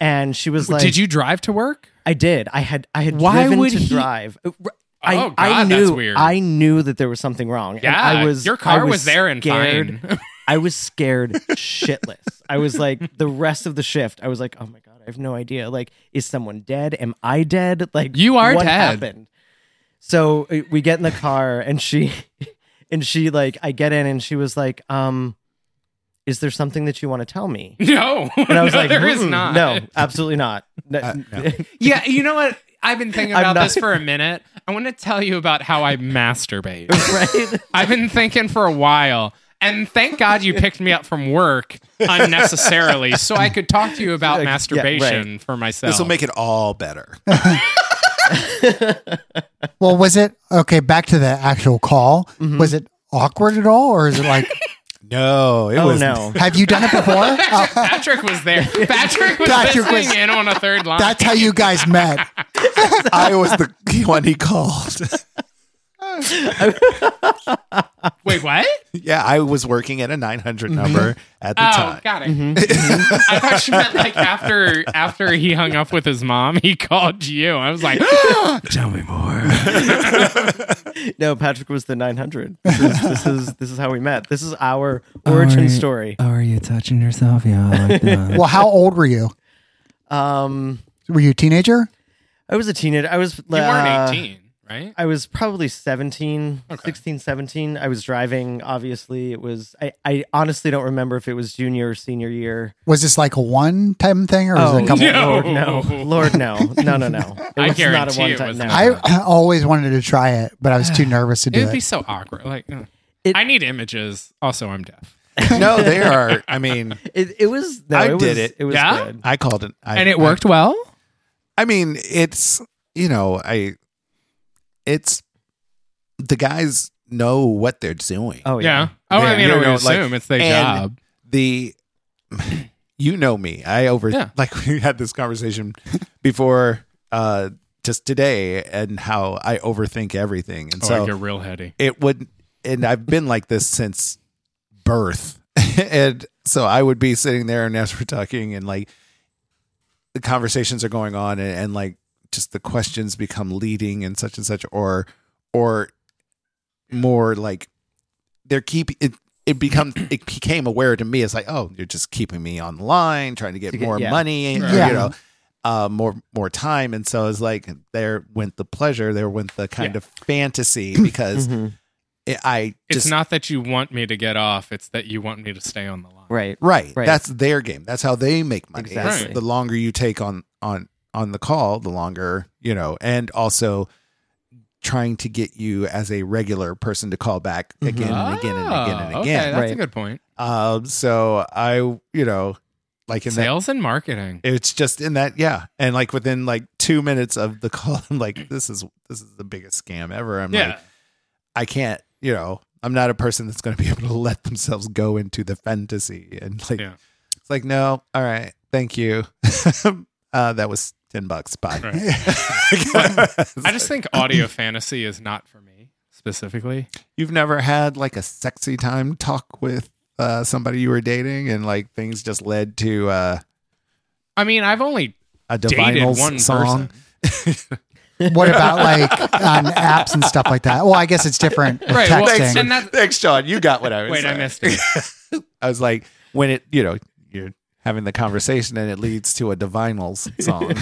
and she was like,
Did you drive to work?
I did. I had I had
Why
driven
would
to
he-
drive. Uh, r- I,
Oh, God,
I
that's
knew
weird.
I knew that there was something wrong. and
Yeah,
I was
your car
I
was there and
scared.
fine.
I was scared shitless. I was like the rest of the shift. I was like, oh my god, I have no idea. Like, is someone dead? Am I dead? Like,
You are
what
dead.
Happened? So uh, we get in the car and she and she like I get in and she was like, um, is there something that you want to tell me?
No.
And I was
no,
like,
there is
"Mm-mm,
not.
No, absolutely not. No-
Yeah, you know what? I've been thinking
I'm
about
not-
this for a minute. I want to tell you about how I masturbate.
right?
I've been thinking for a while. And thank God you picked me up from work unnecessarily so I could talk to you about
Like, yeah,
masturbation for myself.
this will make it all better.
Well, was it okay? Back to the actual call. Was it awkward at all, or is it like,
No, it
Oh
was
no.
have you done it before? Oh,
Patrick was there. Patrick was
Patrick
listening in
was-
on a third line.
that's how you guys met.
I was the one he called.
Wait, what?
yeah, I was working at a 900 number at the
Oh,
time.
got it. I thought you meant like after after he hung up with his mom, he called you. I was like,
Tell me more.
No, Patrick was the 900. This is this is, this is how we met. This is our origin story.
are you touching yourself? Yeah, I like that.
Well, how old were you?
Um,
Were you a teenager?
I was a teenager. I was
you
uh,
weren't 18, right?
I was probably 17, 16, 17. I was driving. Obviously, it was. I, I honestly don't remember if it was junior or senior year.
Was this like a one time thing, or was
Oh,
it a couple?
No.
Lord, no, Lord, no, no, no, no. It
I
was not
guarantee
a one
it
time.
was
No.
not.
I I always wanted to try it, but I was too nervous to
It
do
would be
it.
so awkward. Like, ugh.
It-
I need images. Also, I'm deaf.
no, they are. I mean,
It, it was. No,
I
it was,
did it.
It was
Yeah?
good.
I called it. I,
and it worked well?
I mean, it's you know, I it's the guys know what they're doing.
Oh
Yeah.
yeah.
Oh, I
Yeah.
mean, I
You
would
know, like-
assume it's their
and-
job.
The you know me. I over
Yeah.
like we had this conversation before uh just today and how I overthink everything. And
Oh,
so
I get real heady.
it would and I've been like this since birth. and so I would be sitting there and as we're talking and like the conversations are going on and, and like just the questions become leading and such and such or or more like they're keep it it become it became aware to me it's like oh you're just keeping me online trying to get,
To get-
more
yeah.
money and
Yeah.
you know uh, more more time and so it's like there went the pleasure there went the kind
Yeah.
of fantasy because
Mhm.
it- I
It's
just
not that you want me to get off, it's that you want me to stay on the line.
Right.
right.
Right.
That's their game. That's how they make money. It's
Exactly.
The longer you take on on on the call, the longer you know, and also trying to get you as a regular person to call back again and again and again and
Oh,
again.
Mm-hmm. Okay, that's a
Right.
good point.
Um, so I, you know, like in that,
Sales and marketing.
it's just in that, yeah, and like within like two minutes of the call, I'm like, this is this is the biggest scam ever. I'm like,
Yeah.
I can't, you know, I'm not a person that's going to be able to let themselves go into the fantasy and like
Yeah.
it's like no, all right, thank you. uh, that was ten bucks. Bye.
Right. I just think audio fantasy is not for me specifically.
You've never had like a sexy time talk with uh, somebody you were dating, and like things just led to uh,
I mean, I've only
a
dated
divinal
one
song.
person.
What about like on apps and stuff like that? Well, I guess it's different. with
Right, well,
texting.
and that-
Thanks, John. You got what I was.
Wait, I
saying.
missed it.
I was like, when it, you know, you're having the conversation and it leads to a divinal song.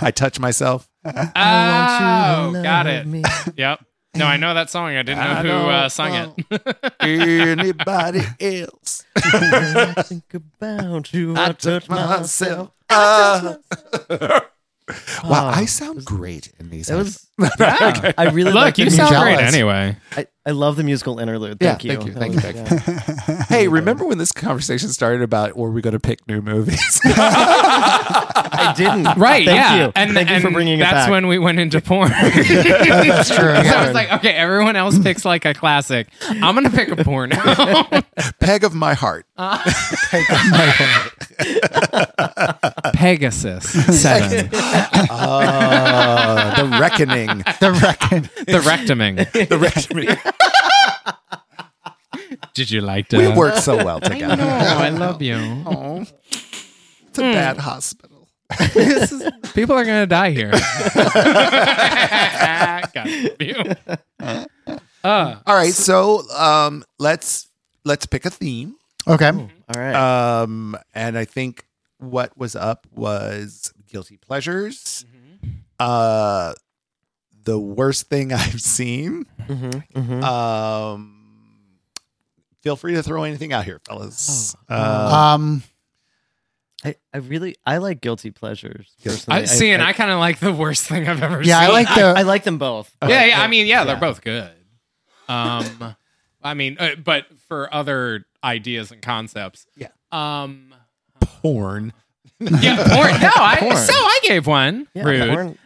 I touch myself.
Oh,
love
got it.
me.
Yep. No, I know that song. I didn't know
I
who
don't
uh, sung
know.
it.
Anybody else?
When I think about you. I, touch myself.
Uh, wow,
Oh,
I sound great in these.
That was. I really
Look,
like the
you sound
musical-
great
jealous.
anyway.
I, I love the musical interlude.
Yeah,
Thank you.
thank you,
That
thank
was-
you, thank
yeah.
hey, remember when this conversation started about were we going to pick new movies?
I didn't.
Right.
Thank
yeah.
You.
And
thank
and
you for bringing it
That's
back.
when we went into porn. That's
true,
I
yeah.
was like, okay, everyone else picks like a classic. I'm gonna pick a porn.
Peg of my heart.
Pegasus.
Seven.
Uh, the reckoning.
the reckon.
The rectuming.
The reckoning.
Did you like
We
that?
work so well
I
together.
know. Oh, I love you.
Oh, it's a bad hospital.
This is- people are gonna die here. Got you. Uh,
All right, so um, let's let's pick a theme.
Okay.
All
Uh,
right.
Um, and I think what was up was guilty pleasures. Uh, the worst thing I've seen.
mm-hmm, mm-hmm.
Um, feel free to throw anything out here, fellas.
Oh.
Uh,
Um,
I, I really I like guilty pleasures. Personally.
I see, and I, kind of like the worst thing I've ever
yeah,
seen.
I like
I
the.
like them both.
yeah, yeah. I mean, yeah, they're
Yeah.
both good. Um, I mean, uh, but for other ideas and concepts,
Yeah.
Um,
porn.
yeah, porn. No, I
Porn.
so I gave one.
Yeah,
Rude. Porn.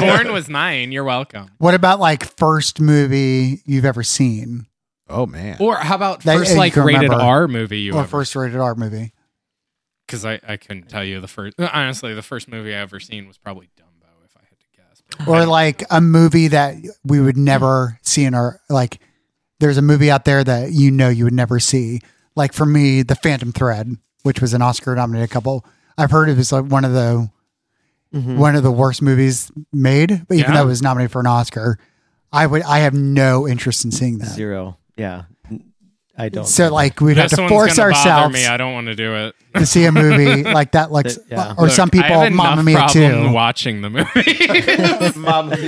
porn.
was mine. You're welcome.
What about like first movie you've ever seen,
Oh man.
Or how about
That- uh,
first
you
like
can
rated
remember.
R movie you
or
ever?
first rated R movie?
Because I I couldn't tell you the first. Honestly, the first movie I ever seen was probably Dumbo, if I had to guess. But I
or
don't-
like a movie that we would never see in our like there's a movie out there that you know you would never see like for me the phantom thread which was an oscar nominated couple i've heard it was like one of the one of the worst movies made but even
Mm-hmm. Yeah.
though it was nominated for an oscar i would i have no interest in seeing that
Zero. Yeah. I don't.
so like we'd
this
have to
one's
force
gonna bother
ourselves
Me. I don't want to do it.
to see a movie like that like
Yeah.
or some
Look, I
people
have
mamma
enough
mia
problem
too
Watching the movie.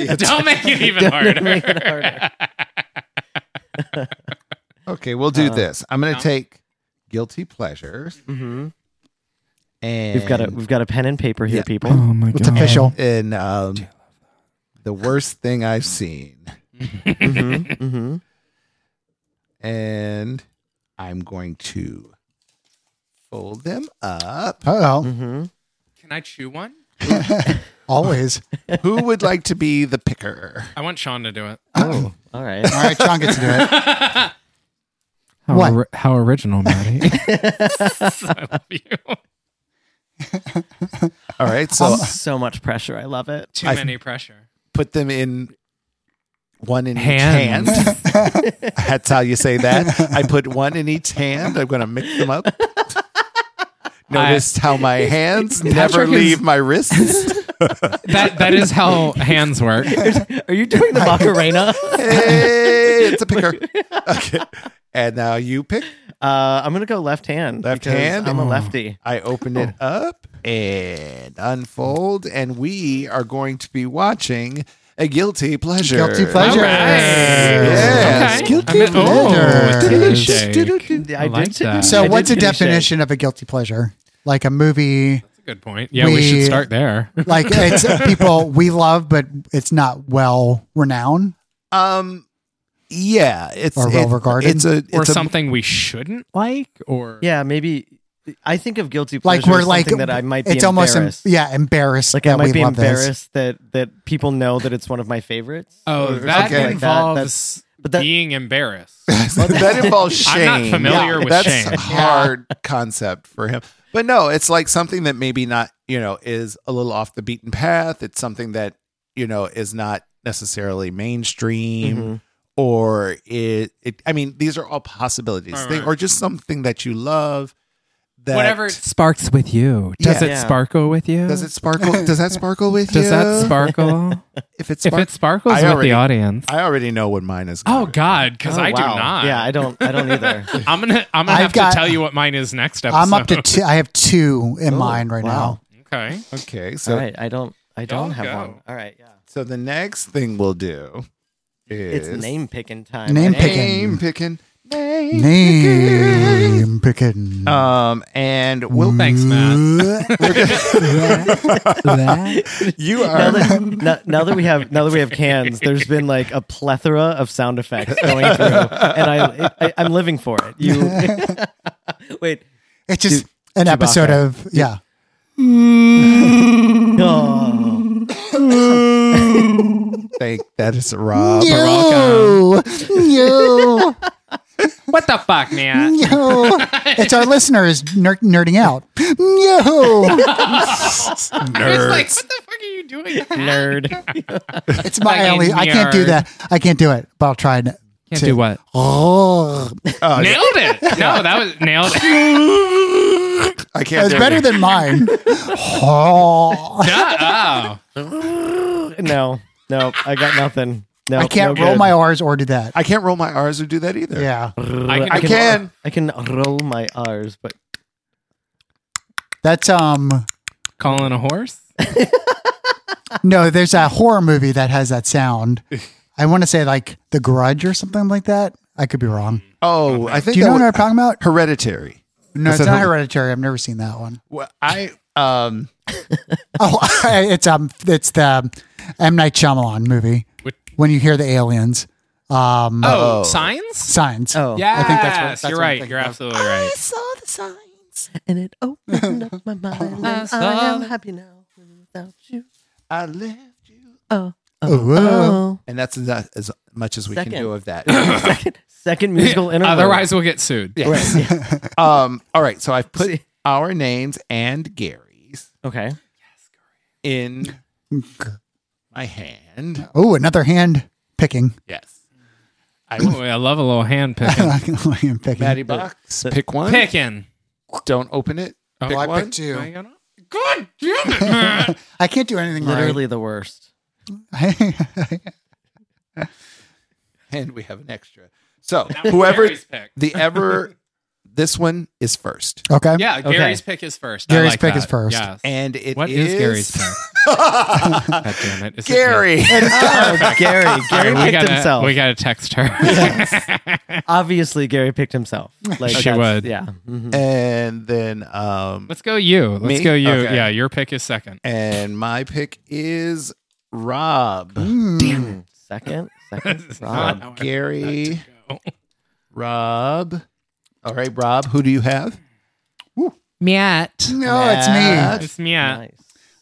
Don't make it even harder.
okay, we'll do this. I'm gonna take guilty pleasures,
hmm
and
We've got a we've got a pen and paper here,
Yeah.
Oh
people.
my god.
it's official
and um, the worst thing I've seen,
mm-hmm, hmm
and I'm going to fold them up.
oh
hmm
Can I chew one?
always
Who would like to be the picker?
I want Sean to do it.
Uh,
Oh, all right.
all right sean gets to do it
How,
What?
ori- how original, Maddie.
I love you.
All right, so
Um,
so much pressure. I love it.
Too
I-
many pressure.
put them in one in
Hands.
each hand. That's how you say that. I put one in each hand. I'm going to mix them up. Notice how my hands never
Patrick is-
leave my wrists.
That that is how hands work.
Are you doing the Macarena?
Hey, it's a picker. Okay. And now you pick.
Uh, I'm gonna go left hand.
Left
because
hand?
I'm a
Oh.
lefty.
I open it
Oh.
up and unfold, and we are going to be watching a guilty pleasure.
Guilty pleasure.
All right.
Yes.
Okay.
Guilty
I mean- oh,
pleasure.
titty shake.
I,
like
did.
that.
So,
I did
what's a
titty shake.
definition of a guilty pleasure? Like a movie,
That's a good point. Yeah, we,
We-
should start there.
like it's people we love, but it's not well renowned.
Um, yeah, it's
Or well regarded?
It's a it's
Or
a,
something we shouldn't like, or
Yeah, maybe. I think of guilty pleasure.
Like we're like
that I might. Be
It's almost em-
embarrassed.
yeah embarrassed.
Like
that
I might
we
be
love this.
embarrassed that that people know that it's one of my favorites.
oh,
or
that
something like that.
involves
But that-
being embarrassed.
that involves
I'm
shame.
not familiar with
That's
shame.
a hard concept for him. But no, it's like something that maybe not, you know, is a little off the beaten path. It's something that, you know, is not necessarily mainstream
Mm-hmm.
Mhm.
or it, it I mean, these are all possibilities.
Right,
They,
right.
or just something that you love that
Whatever it
Sparks with you. Does
Yeah.
it
Yeah.
sparkle with you?
does it sparkle does that sparkle with
Does
you?
that sparkle?
if it
if
sparkles
it sparkles
I
with
already-
the audience.
I already know what mine is.
Oh God, because
Oh,
I do
wow.
not.
Yeah, I don't. I don't either.
I'm gonna. I'm gonna
I've
have
got-
to tell you what mine is next episode.
I'm up to two. I have two in
Oh,
mind right
wow.
now.
okay.
Okay.
All
So
right, I don't. I don't
Don't
have
go.
one. All right, yeah.
so the next thing we'll do is
It's name picking time.
Name
I think.
Name
picking.
picking. Name.
Name picking.
Um, and we'll
Thanks, Matt.
you
Now
are
that, now, now that we have now that we have cans, there's been like a plethora of sound effects going through, and I, I I'm living for it. You wait,
It's just
Dude,
an episode of
Chewbacca.
yeah.
no,
think that is Rob.
Yo, yo,
What the fuck,
Mm,
man?
yo! It's our listeners ner- nerding out. Yo,
It's like, what the fuck are you doing?
nerd.
it's my
Fucking
alley. I can't do
nerd.
that. I can't do it. But I'll try. And,
Can't do what?
oh, it
Oh, yeah.
Nailed it. No, that was nailed. It.
I can't.
was
do
better
it.
than mine. Oh,
Oh,
No, no, I got nothing. No,
I can't
no
roll
good.
my R's or do that.
I can't roll my R's or do that either.
Yeah,
I can.
I can.
I can roll my R's, but
that's um.
Calling a horse.
No, there's a horror movie that has that sound. I want to say like The Grudge or something like that. I could be wrong.
Oh, I think
Do you
that
know what I'm
was-
talking about?
hereditary.
No,
Is
it's
that
not
how-
hereditary. I've never seen that one.
Well, I um.
Oh, it's um, it's the M Night Shyamalan movie.
Which-
When you hear the aliens, um,
Oh.
Oh, signs.
signs.
oh
Yeah,
I think that's what- that's
you're
what I'm
right.
thinking
You're
of.
absolutely right.
saw the signs.
and it opened up my mind. and I am happy now without you.
I left you,
Oh,
Oh, whoa.
and that's as, as much as we
Second.
can do of that.
oh. second, second musical interval.
Otherwise, we'll get sued.
um. All right. So I put
See.
our names and Gary's
okay.
in my hand.
Oh, another hand picking.
Yes. I
Ooh, I love a little hand picking.
hand picking.
Maddie Box. Pick one.
Picking.
Don't open it.
Oh,
Pick
I
one.
picked two.
God damn it, man.
I can't do anything
Literally the worst.
right.
and we have an extra. So whoever
Gary's pick.
the ever this one is first,
okay.
Yeah,
Okay.
Gary's pick is first. I
Gary's
like
pick
that.
is first.
Yes.
and it
what is, Gary's pick? God damn it. Is it me?
Gary.
Oh, Gary. Gary
we
picked
gotta,
himself.
We gotta text her.
Obviously, Gary picked himself. Like
She
that's-
would.
Yeah. Mhm.
and then um
Let's go you. Let's
Me?
go you.
Okay.
Yeah, your pick is second.
and my pick is Rob.
Damn.
Second.
It's
Second.
not
Rob.
how Hmm. I
Gary.
go.
Rob. All right, Rob, who do you have?
Matt.
No, it's
Matt.
me.
It's me. yeah.
Nice.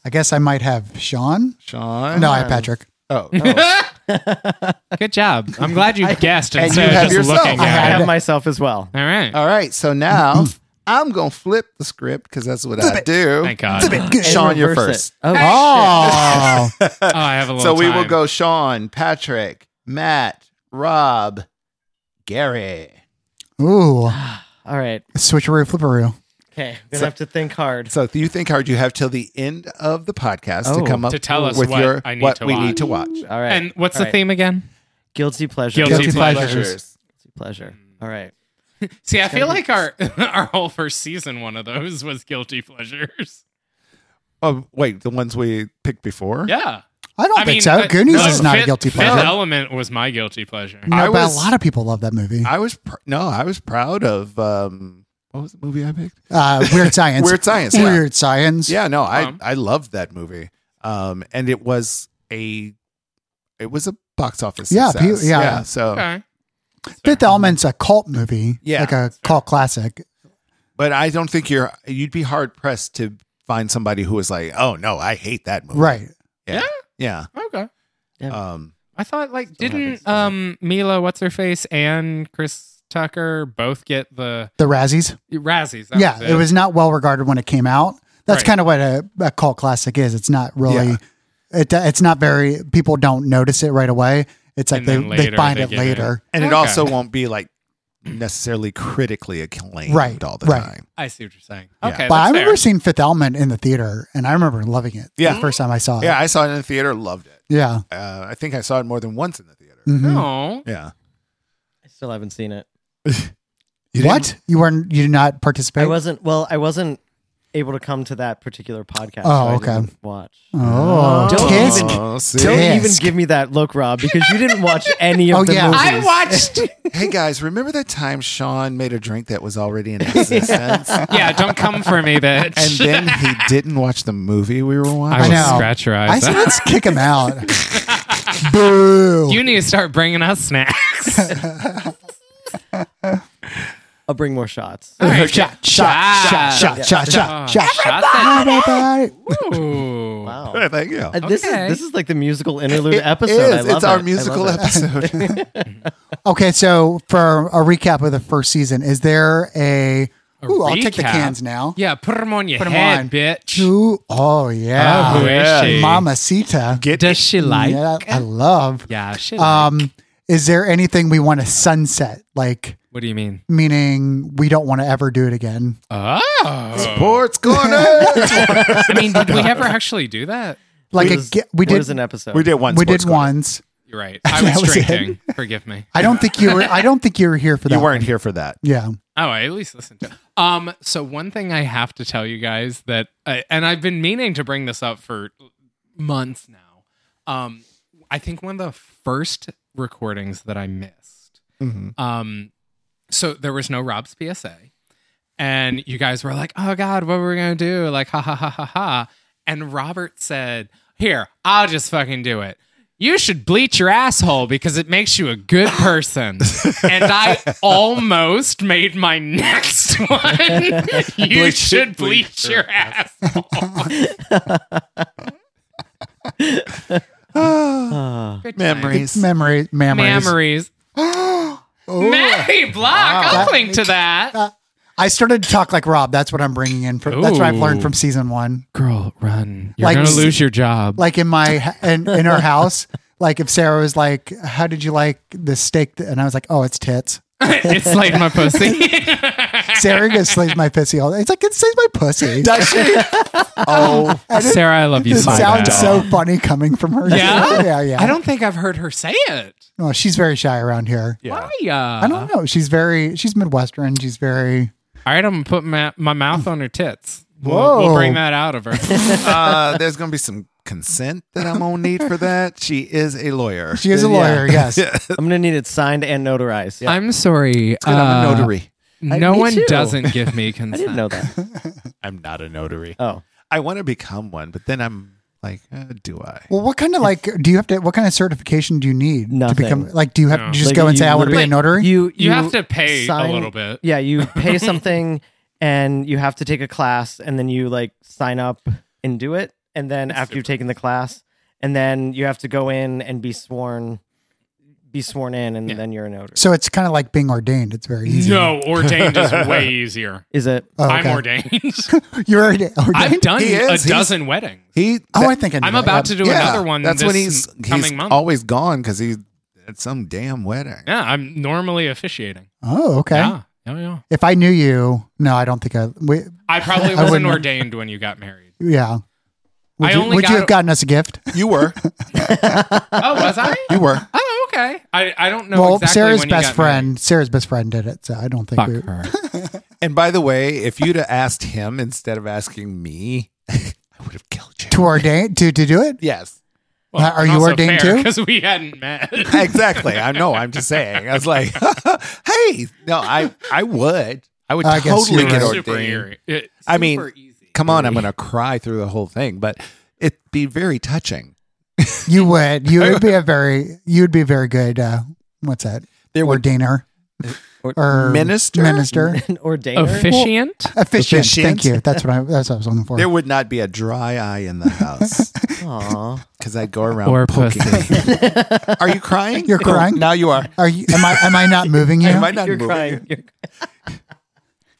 I guess I might have Sean.
Sean.
No, I have Patrick.
Oh. oh.
Good job. I'm glad you guessed
and
instead
you have
of just
yourself.
looking
I
I
at it.
have myself as well.
All right.
Oh.
All right. So now I'm gonna flip the script because that's what I do.
Thank God.
Sean, you're
Reverse
first.
it. Oh,
Oh,
Oh, I have a little
So we will
time.
go Sean, Patrick, Matt, Rob, Gary.
ooh,
all right.
switcheroo, flipperoo.
Okay. I'm gonna have to think hard.
So you think hard, you have till the end of the podcast
Oh.
to come up
To tell us
with
what
your
I need
what
to
we
watch.
need to watch.
All right.
And what's
All
the
right.
theme again?
Guilty pleasure.
Guilty Guilty pleasure.
Guilty pleasure. All right.
See, I feel like our our whole first season one of those was guilty pleasures.
Oh wait, the ones we picked before.
Yeah.
I don't think so.
uh,
Goonies
no,
is not
Fifth-
a guilty
Fifth
pleasure.
Element was my guilty pleasure.
No,
I
but
was-
a lot of people love that movie.
I was pr- no, I was proud of um, what was the movie I picked?
Uh, Weird Science.
Weird Science. yeah.
Weird Science.
Yeah, no, I
Um.
I loved that movie. Um, and it was a it was a box office
Yeah,
success.
pe- yeah.
So,
Okay.
Fifth Element's a cult movie,
Yeah.
like a cult classic.
but I don't think you're you'd be hard pressed to find somebody who was like, oh no, I hate that movie.
Right.
Yeah.
Okay.
Um,
I thought like
Still happy,
didn't
still happy.
um Mila what's her face and Chris Tucker both get the
The Razzies.
Razzies? that
yeah, it. was not well regarded when it came out. That's
Right.
kind of what a, a cult classic is. It's not really.
Yeah.
It, it's not very. People don't notice it right away. It's like
And
they,
then
they
later
find
they
it
get
later.
And it
Okay.
also won't be like necessarily critically acclaimed
Right,
all the
right.
time.
I see what you're saying.
Yeah.
Okay,
But I
that's
remember
fair.
seeing Fifth Element in the theater, and I remember loving it.
Yeah.
the first time I saw it.
Yeah, I saw it in the theater, loved it.
yeah.
Uh, I think I saw it more than once in the theater.
Mhm.
No.
Yeah.
I still haven't seen it.
You didn't-
what you weren't? You did not participate?
I wasn't. Well, I wasn't able to come to that particular podcast.
Oh,
so I
okay.
didn't watch.
Oh,
Don't
Kiss-
even-
Oh, see?
Don't
Disc.
even give me that look, Rob, because you didn't watch any of
Oh,
the
yeah.
movies.
I
watched.
hey guys, remember that time Sean made a drink that was already in existence?
Yeah, don't come for me, bitch.
And then he didn't watch the movie we were
I will
watching.
I know.
scratch your
I
eyes.
said
out.
let's kick him out. Boo!
you need to start bringing us snacks.
I'll bring more shots.
All right, shot,
shot, shot, shot, shot, shot, shot.
Oh, shot.
Everybody.
Ooh.
Wow.
Thank you.
Uh, This
Okay.
is this is like the musical interlude episode.
It is.
I love
it's our
it. I
musical
love it.
episode.
Okay, so for a recap of the first season, is there a? Ooh, I'll take the
recap?
cans now.
Yeah, put them on your
'em
head,
on.
bitch.
Ooh, oh yeah,
Oh, who is she?
Mamacita.
Get
Does she like?
yeah, I love.
Yeah, she like.
Um, is there anything we want to sunset? Like,
What do you mean?
meaning we don't want to ever do it again?
Oh.
Sports Corner.
I mean, did we ever actually do that?
Like,
What
a,
is-
ge- we
what
did.
is an episode.
we did one.
we
Sports
did
Corner.
once.
You're right. I
That
was,
was it.
drinking. Forgive me.
I don't think you were. I don't think you were here for that.
You weren't
one.
here for that.
Yeah.
Oh, I at least listened to. it. Um, so one thing I have to tell you guys that, I, and I've been meaning to bring this up for months now. Um, I think one of the first recordings that I missed. Um, so there was no Rob's PSA, and you guys were like, "Oh God, what were we gonna do?" Like, ha ha ha ha ha. And Robert said, "Here, I'll just fucking do it." You should bleach your asshole because it makes you a good person. and I almost made my next one. you should bleach, your asshole.
Ah.
Good
Memories.
Memory, memories.
times. Memories.
Ooh.
Mary Block, I'll
That-
link to that.
I started to talk like Rob. That's what I'm bringing in. From, that's what I've learned
Ooh.
from season one.
Girl, run. You're
Like-
going to lose your job.
Like in my in, in our house. Like if Sarah was like, "How did you like the steak?" and I was like, "Oh, it's tits."
it slayed my pussy.
Sarah just slays my pussy all day. It's like it slays my pussy.
Does she? oh,
Sarah, I love you
It
so
sounds
much.
so funny coming from her.
Yeah?
yeah, yeah.
I don't think I've heard her say it.
Oh, she's very shy around here.
yeah.
Why? Uh,
I don't know. She's very. She's midwestern. She's very.
All right, I'm going to put my, my mouth on her tits. We'll,
Whoa.
we'll bring that out of her.
Uh, there's gonna be some consent that I'm gonna need for that. She is a lawyer.
She is a
Yeah.
lawyer. Yes.
I'm gonna need it signed and notarized.
I'm sorry.
I'm
uh,
a notary.
No
me
one
too.
doesn't give me
I
consent.
didn't know that.
I'm not a notary.
Oh,
I want to become one, but then I'm like, uh, do I?
Well, what kind of like do you have to? What kind of certification do you need
Nothing.
to become? Like, do you have
No.
to just
Like,
go and
you
say I want to be a
literally-
notary?
you
You have to pay a little bit.
Yeah, you pay something, and you have to take a class, and then you like sign up and do it, and then after you've taken the class, and then you have to go in and be sworn, be sworn in, and
Yeah.
then you're a notary.
so it's kind of like being ordained. It's very easy.
No, ordained is way easier.
Is it?
Oh,
I'm
okay.
ordained.
You're already ordained.
I've done
He is.
a
He's-
dozen weddings.
He.
oh, I think I knew
I'm
that.
about to do
yeah,
another one.
That's
this
when he's
m- coming
he's
month.
always gone because he's at some damn wedding.
yeah, I'm normally officiating.
Oh,
Eh?
okay.
Yeah, yeah, yeah.
If I knew you, no, I don't think I. We,
I probably
I
wasn't
wouldn't-
ordained when you got married.
yeah. Would,
I
you,
only
would you
got-
have gotten us a gift?
You were.
Oh, was I?
You were.
Oh, okay. I, I don't know
well,
exactly
Sarah's
when you
best
got
friend. Sarah's best friend did it, so I don't think. we,
married. Fuck her.
And by the way, if you'd have asked him instead of asking me, I would have killed you.
to ordain to to do it.
Yes.
Uh, are you ordained too?
Because we hadn't met.
Exactly. I know. I'm just saying. I was like, hey, no, I I would. I would
I guess
totally
you're
get
right.
super
ordained.
eerie. It-
I mean,
super easy.
Come on, I'm going to cry through the whole thing, but it'd be very touching.
You would. You would be a very. You'd be a very good. Uh, what's that?
There would
Ordainer. or
Minister?
minister,
an ordainer.
Officiant?
efficient.
Efficient.
Thank you. That's what I. That's what I was looking for.
There would not be a dry eye in the house
Aw.
because I'd go around
Or
poking. Are you crying?
You're
No,
crying?
now you are.
Are you? Am I? Am I not moving you?
Am I not
You're
moving?
crying. You're-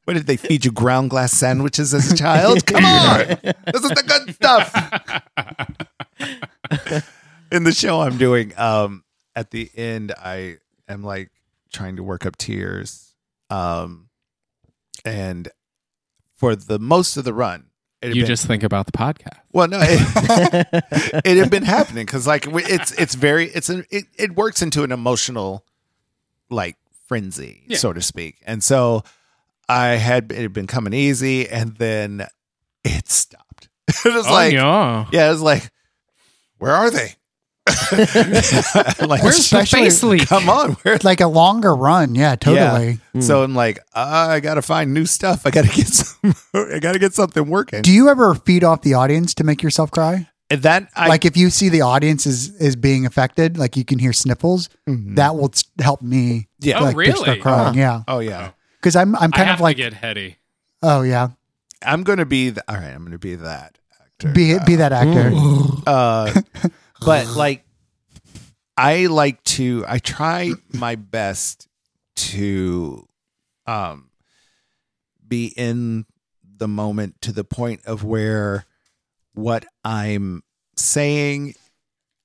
What did they feed you ground glass sandwiches as a child? Come on, this is the good stuff. In the show I'm doing, um, at the end, I am like trying to work up tears, um, and for the most of the run, it had
You
been-
just think about the podcast.
well, no, it, it had been happening because like we- it's it's very it's an, it it works into an emotional like frenzy,
Yeah.
so to speak, and so I had it had been coming easy, and then it stopped. it was like yeah.
Oh, yeah.
it was like where are they? like
Where's the
Especially-
face leak?
come on, where?
Like a longer run. Yeah, totally.
So I'm like "Ah, I gotta find new stuff. I gotta get some. I gotta get something working.
Do you ever feed off the audience to make yourself cry?
And that I
like if you see the audience is is being affected, like you can hear sniffles, that will s- help me.
Mm-hmm. Yeah.
Oh,
like, to start
really?
crying. Yeah,
oh yeah.
because I'm I'm
I
kind
have
of like
to get heady.
oh yeah,
I'm gonna be the, all right. I'm gonna be that actor.
be be that actor.
uh, but like, I like to. I try my best to, um, be in the moment to the point of where what I'm saying,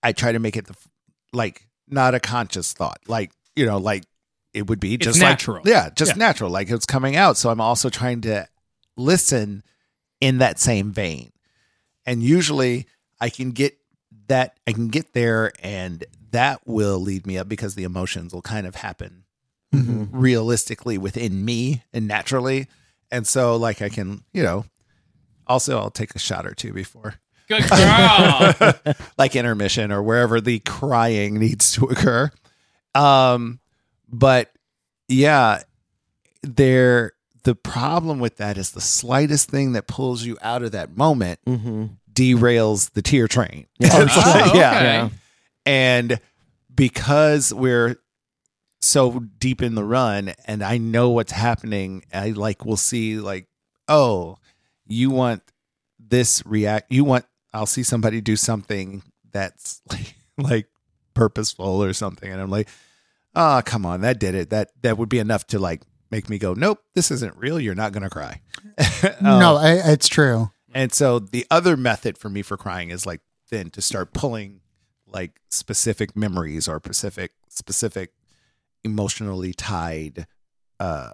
I try to make it the, f- like not a conscious thought. Like you know, like it would be
It's
just like-
natural.
yeah, just
Yeah.
natural. Like it's coming out. So I'm also trying to listen in that same vein. And usually I can get that I can get there and that will lead me up because the emotions will kind of happen
Mhm.
realistically within me and naturally. And so like I can, you know, also I'll take a shot or two before
Good girl.
like intermission or wherever the crying needs to occur. Um, but yeah, there the problem with that is the slightest thing that pulls you out of that moment
Mhm.
derails the tear train.
Oh, okay.
Yeah. And because we're so deep in the run and I know what's happening, I like will see like, oh, you want this react you want I'll see somebody do something that's like, like purposeful or something. And I'm like, ah, come on, that did it. That that would be enough to like make me go, Nope, this isn't real. You're not gonna cry.
Oh.
no, I, it's true.
And so the other method for me for crying is like then to start pulling like specific memories or specific specific emotionally tied uh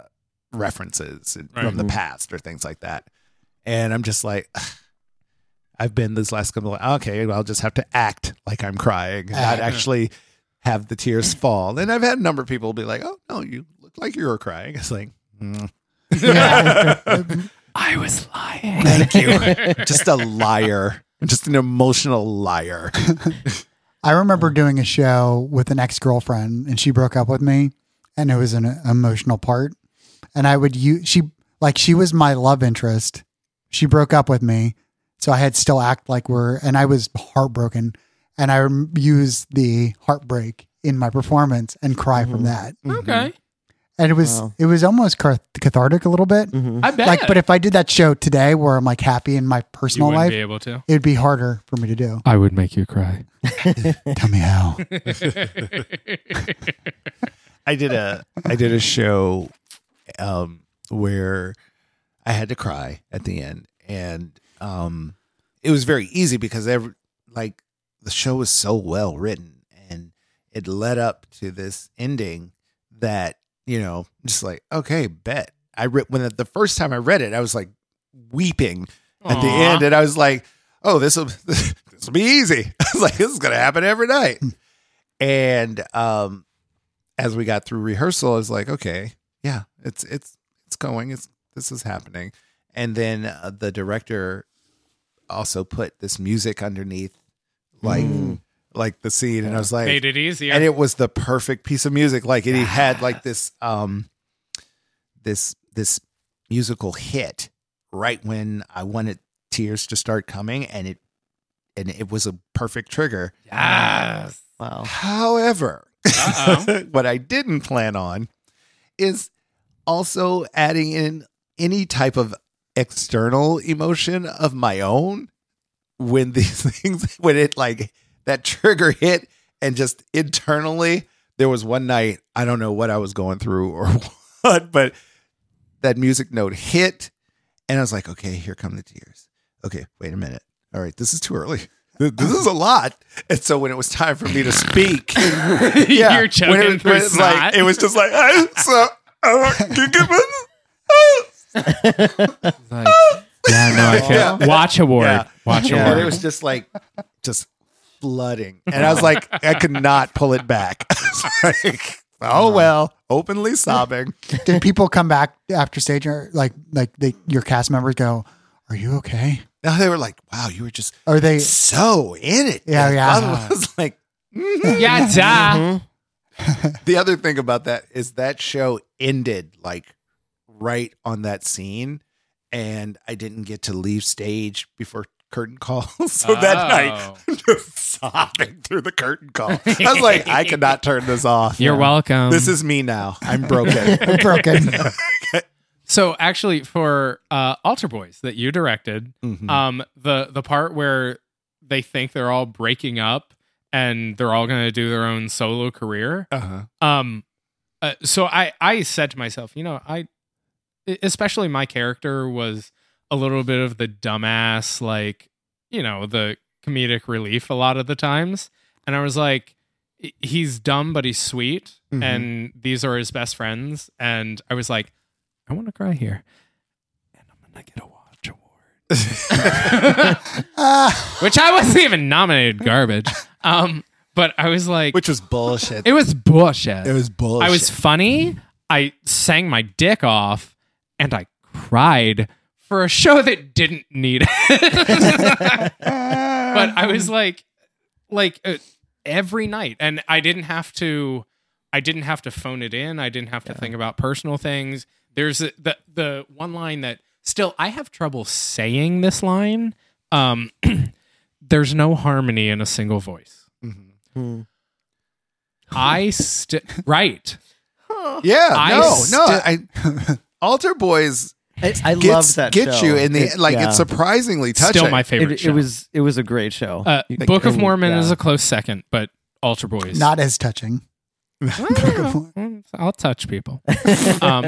references and-
Right.
from the past or things like that. And I'm just like I've been this last couple of okay, well, I'll just have to act like I'm crying, not actually have the tears fall. And I've had a number of people be like, "Oh, no, you look like you were crying." It's like, mm,
I was lying.
Thank you. just a liar. I'm just an emotional liar.
I remember doing a show with an ex girlfriend, and she broke up with me, and it was an uh, emotional part. And I would use she like she was my love interest. She broke up with me, so I had to still act like we're, and I was heartbroken, and I rem- used the heartbreak in my performance and cry from that,
okay.
and it was
Wow.
it was almost cath- cathartic a little bit.
Mhm.
I bet.
Like, but if I did that show today, where I'm like happy in my
you
personal
wouldn't
life,
be able to.
it would be harder for me to do.
I would make you cry.
Tell me how.
I did a I did a show um where I had to cry at the end and um it was very easy because every like the show was so well written and it led up to this ending that you know just like okay bet I read when the- the first time I read it I was like weeping at the
Aw.
end and I was like oh this will this will be easy I was like this is gonna happen every night and um as we got through rehearsal, I was like, okay, yeah, it's it's it's going, it's this is happening. And then uh, the director also put this music underneath, like like the scene, and I was like,
Made it easier.
and it was the perfect piece of music. Like it had like this um this this musical hit right when I wanted tears to start coming, and it and it was a perfect trigger.
yes.
Wow.
However,
Uh-oh.
what I didn't plan on is also adding in any type of external emotion of my own when these things when it like that trigger hit and just internally there was one night I don't know what I was going through or what but that music note hit and I was like okay here come the tears okay wait a minute all right this is too early Th- this is a lot and so when it was time for me to speak
You're choking
when it,
through
when it's
snot.
like it was just like I, so I don't- you give it-
Like, yeah, no, I can't. Watch award.
Yeah.
Watch
Yeah,
award.
it was just like just flooding, and I was like, I could not pull it back. It's like, oh well, openly sobbing.
Did people come back after stage or like like they, your cast members go, "Are you okay?"
Now they were like, wow, you were just
Are they?
so in it.
Yeah,
And I
yeah.
was like,
yeah, duh.
the other thing about that is that show ended like right on that scene, and I didn't get to leave stage before curtain call. so that
Oh.
night, just sobbing through the curtain call. I was like, I cannot turn this off.
You're welcome.
This is me now. I'm broken.
I'm broken.
so actually for uh, Alter Boys that you directed.
Mm-hmm.
Um, the the part where they think they're all breaking up and they're all going to do their own solo career.
Uh-huh.
Um, uh, so I I said to myself, you know, I e, especially my character was a little bit of the dumbass, like you know, the comedic relief a lot of the times, and I was like, he- he's dumb but he's sweet,
Mhm.
and these are his best friends, and I was like, I want to cry here, and I'm gonna get a watch award,
Ah,
which I wasn't even nominated, garbage. Um, but I was like,
Which was bullshit.
it was bullshit.
was bullshit.
I was funny. I sang my dick off and I cried for a show that didn't need it. but I was like like uh, every night and I didn't have to I didn't have to phone it in. I didn't have to think about personal things. There's a, the the one line that still I have trouble saying this line. Um there's no harmony in a single voice.
Mm-hmm.
I st- right.
yeah.
I
no,
sti-
no. I, Alter Boys
I, I
gets,
love that.
gets
show.
you in the
It-
like.
yeah.
It's surprisingly touching.
Still my favorite.
It,
show.
it was it was a great show.
Uh,
You
Book of
couldn't-
Mormon
yeah.
is a close second, but Altar Boys.
not as touching.
Well, I'll touch people. um,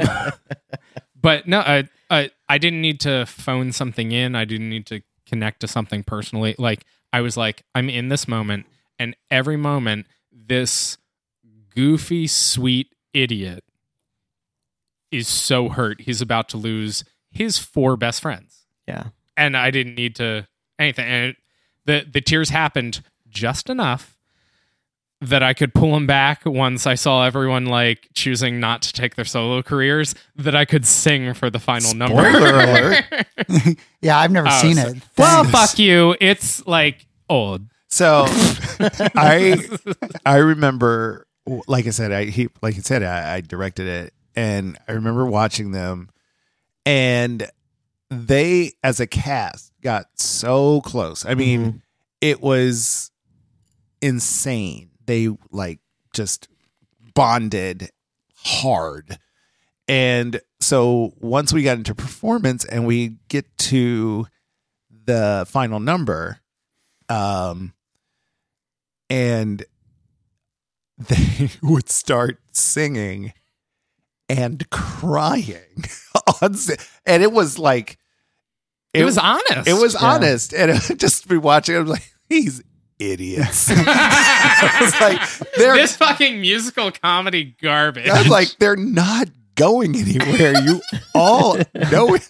but no, I, I I didn't need to phone something in. I didn't need to connect to something personally. Like I was like, I'm in this moment, and every moment, this goofy, sweet idiot is so hurt. He's about to lose his four best friends.
Yeah.
and I didn't need to anything. And it, the the tears happened just enough that I could pull them back once I saw everyone like choosing not to take their solo careers. That I could sing for the final number.
Spoiler alert.
Yeah, I've never
Oh,
seen
so-
it.
well,
Thanks.
fuck you. It's like old.
So I I remember, like I said, I he like I said, I, I directed it, and I remember watching them, and they as a cast got so close. I mean, it was insane. They like just bonded hard. And so once we got into performance and we get to the final number, um, and they would start singing and crying on, s- and it was like
It, was honest.
it was honest, and it, just be watching. I'm like, these idiots. I was like, they're.
this fucking musical comedy garbage.
I was like, they're not going anywhere. You all know it.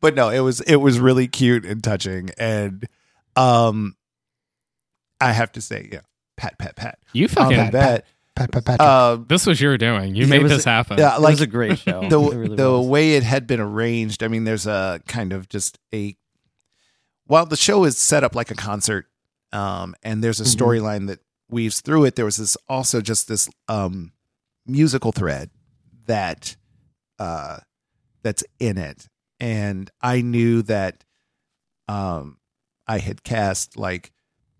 but no, it was it was really cute and touching, and um, I have to say, yeah, pat, pat, pat.
you
Um,
fucking.
pat, pat,
Pat, pat, pat.
Um,
this was your doing. You
It
made
was-
this happen.
yeah,
it
like
was a great show.
the
It really
the
was.
way it had been arranged. I mean, there's a kind of just a while the show is set up like a concert, um, and there's a
Mhm.
storyline that weaves through it. There was this also just this um, musical thread that uh, that's in it, and I knew that um, I had cast like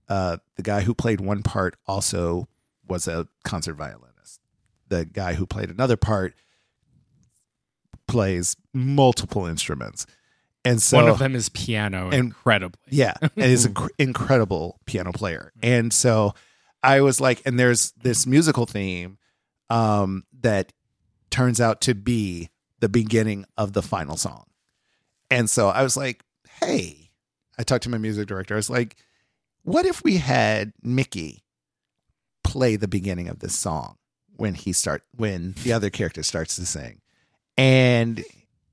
uh, the guy who played one part also was a concert violinist the guy who played another part plays multiple instruments. And so
One of them is piano,
And-
incredibly.
yeah, and is an inc- incredible piano player. And so I was like, and there's this musical theme um, that turns out to be the beginning of the final song. And so I was like, hey, I talked to my music director. I was like, what if we had Mickey play the beginning of this song when he start when the other character starts to sing? And